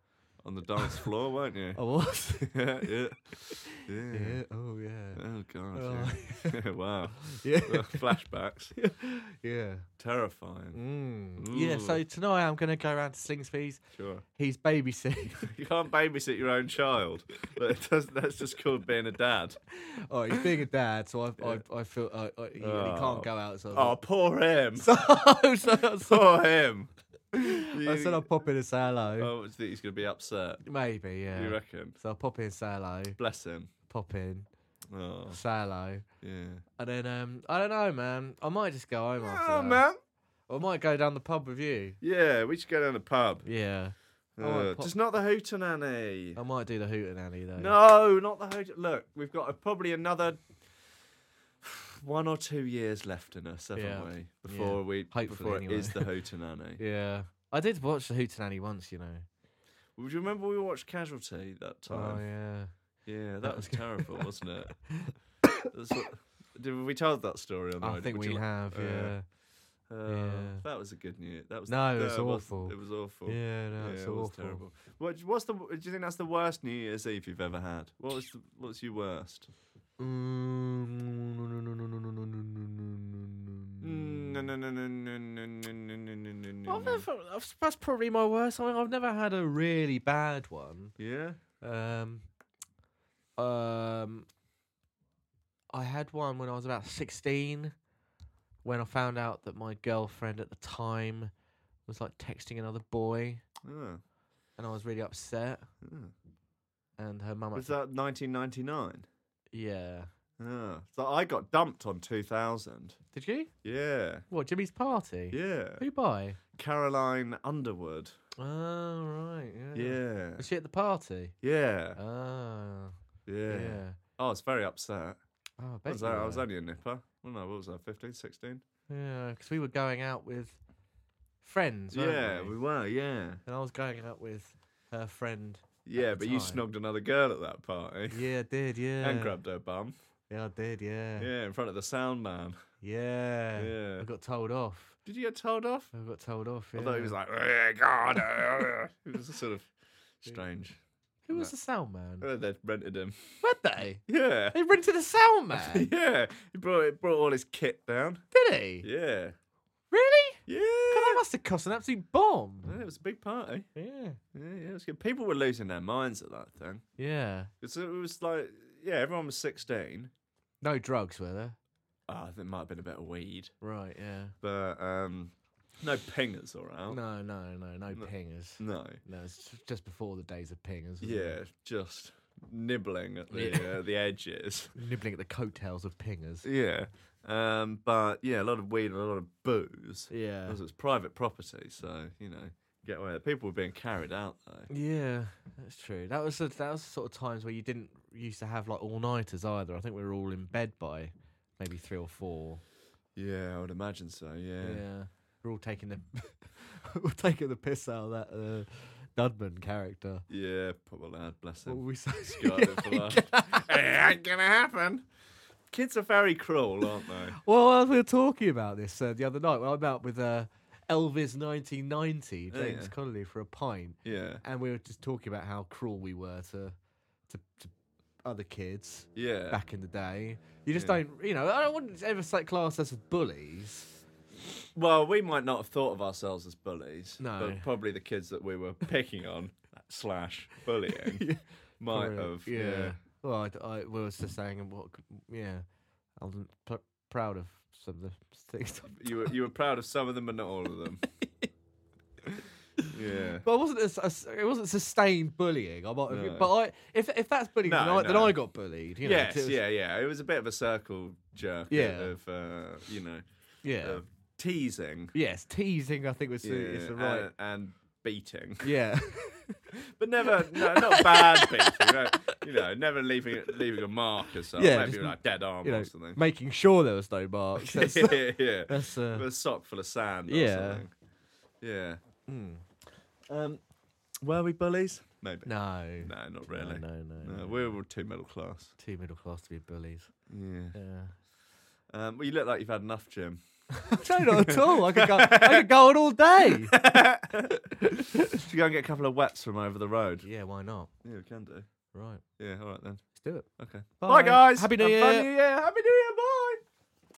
on the dance floor, weren't you? I was. yeah. Yeah. Oh. yeah. Yeah. Oh yeah. Oh god. Oh. yeah. wow. Yeah. Ugh, Flashbacks. yeah. Terrifying. Mm. Yeah. So Ooh. tonight I'm going to go around to Slingsby's. Sure. He's babysitting. You can't babysit your own child. But it does, that's just called being a dad. oh, he's being a dad, so I Yeah. I, I feel I, I, he, he Oh. can't go out. So I Oh, was poor him. like- so, so, Poor him. I said "Oh, I'll pop in and say hello. Oh, I think he's going to be upset. Maybe. Yeah. Oh. You reckon? So I'll pop in, say hello, Bless him. pop in, Oh, say hello. yeah. And then um, I don't know, man. I might just go home after Oh, that. man. Or I might go down the pub with you. Yeah, we should go down the pub. Yeah. I Uh, want pop- Oh, just not the hootenanny. I might do the hootenanny though. No, not the hoot. Look, we've got a, probably another one or two years left in us, haven't Yeah. we? Before we Hopefully, before anyway. it is the hootenanny. Yeah. I did watch the hootenanny once, you know. Would you remember we watched Casualty that Oh time? yeah. yeah. that was terrible, wasn't it? That's what- did we told that story on the I radio? think Would we you li- have. Oh, yeah. yeah. Oh, yeah. That was a good news. That was No, it no, was wasn't. awful. It was awful. Yeah. No, Yeah, it's it awful. was terrible. What, what's the? Do you think that's the worst New Year's Eve you've ever had? What was the, what's your worst? Mm. No, no, no, no, no, no, no, no, no, no, no, no. I've never. I've- That's probably my worst. I mean, I've never had a really bad one. Yeah. Um, um, I had one when I was about 16 when I found out that my girlfriend at the time was like texting another boy Oh, and I was really upset. oh. And her mum, Was actually- that 1999? yeah. Oh. So I got dumped on 2000. Did you? Yeah. What, Jimmy's party? Yeah. Who by? Caroline Underwood. Oh, right. Yeah. Yeah. Was she at the party? Yeah. Oh, yeah. Yeah. I was very upset. Oh, I I bet was, you I was were. only a nipper. Well, no, what was I, 15, 16? Yeah, because we were going out with friends, weren't Yeah, we? we were, yeah. And I was going out with her friend. Yeah, the but you time. snogged another girl at that party. Yeah, I did, yeah. And grabbed her bum. Yeah, I did, yeah. Yeah. Yeah, in front of the sound man. Yeah. I got told off. Did you get told off? I got told off. Yeah. Although he was like, "Eh, God, eh." it was sort of strange. Who was the sound man? Uh, They rented him. Were they? Yeah. They rented a sound man, Yeah. He brought it brought all his kit down. did he? Yeah. Really? Yeah. God, Oh, that must have cost an absolute bomb. Yeah, It was a big party. Yeah. Yeah, yeah, it was good. People were losing their minds at that thing. Yeah. It's, it was like, yeah, everyone was 16. No drugs, were there? Ah, I think it might have been a bit of weed. Right, yeah. But um, No pingers around. No, no, no, no Mm. No. pingers. No. No, it's ju- just before the days of pingers. wasn't Yeah, it? just nibbling at the Yeah. uh, the edges. Nibbling at the coattails of pingers. Yeah. Um, but yeah, a lot of weed and a lot of booze. Yeah. Because it's private property, so you know, get away. with it. People were being carried out though. Yeah, that's true. That was the, that was the sort of times where you didn't used to have like all nighters either. I think we were all in bed by maybe three or four. Yeah, I would imagine so. Yeah, Yeah. we're all taking the we're taking the piss out of that uh, Dudman character. Yeah, poor lad, bless What him. were we saying? Scarlet for life. it ain't gonna happen. Kids are very cruel, aren't they? Well, as we were talking about this uh, the other night, well, I'm out with uh, Elvis 1990, James Oh, yeah. Connolly, for a pint, Yeah, and we were just talking about how cruel we were to to, to other kids yeah. back in the day. You just Yeah. don't, you know, I wouldn't ever say class us as bullies. Well, we might not have thought of ourselves as bullies. No. But probably the kids that we were picking on slash bullying might Probably, have. Yeah. Well, I, I was just saying, what, yeah, I'm pr- proud of some of the things. You were you were proud of some of them, but not all of them. yeah. But I wasn't as, as- it wasn't sustained bullying. I might, have- No. but I if if that's bullying, then, No, I, then no. I got bullied. You know, yes. it was- yeah. Yeah. It was a bit of a circle jerk. Yeah. Of uh, you know, yeah. of teasing. Yes, teasing. I think was the, is the right. And, and beating. yeah, But never, no, not bad beating. no, you know, never leaving leaving a mark or something. Yeah, Maybe just, like dead arm you know, or something. making sure there was no marks. That's, uh, yeah, yeah. that's With uh, a sock full of sand. Or Yeah. Something. Yeah. mm. Um, were we bullies? Maybe. no, No, not really. no, no, no, No, no. we Uh, were too middle class. too middle class to be bullies. Yeah. Yeah, Um, well, you look like you've had enough, Jim. no, not at all. I could go, I could go on all day. Should we go and get a couple of wets from over the road? yeah, why not? Yeah, we can do. Right, Yeah, all right then. let's do it. Okay. Bye, Bye, guys. Happy New Have Year. fun New Year. Happy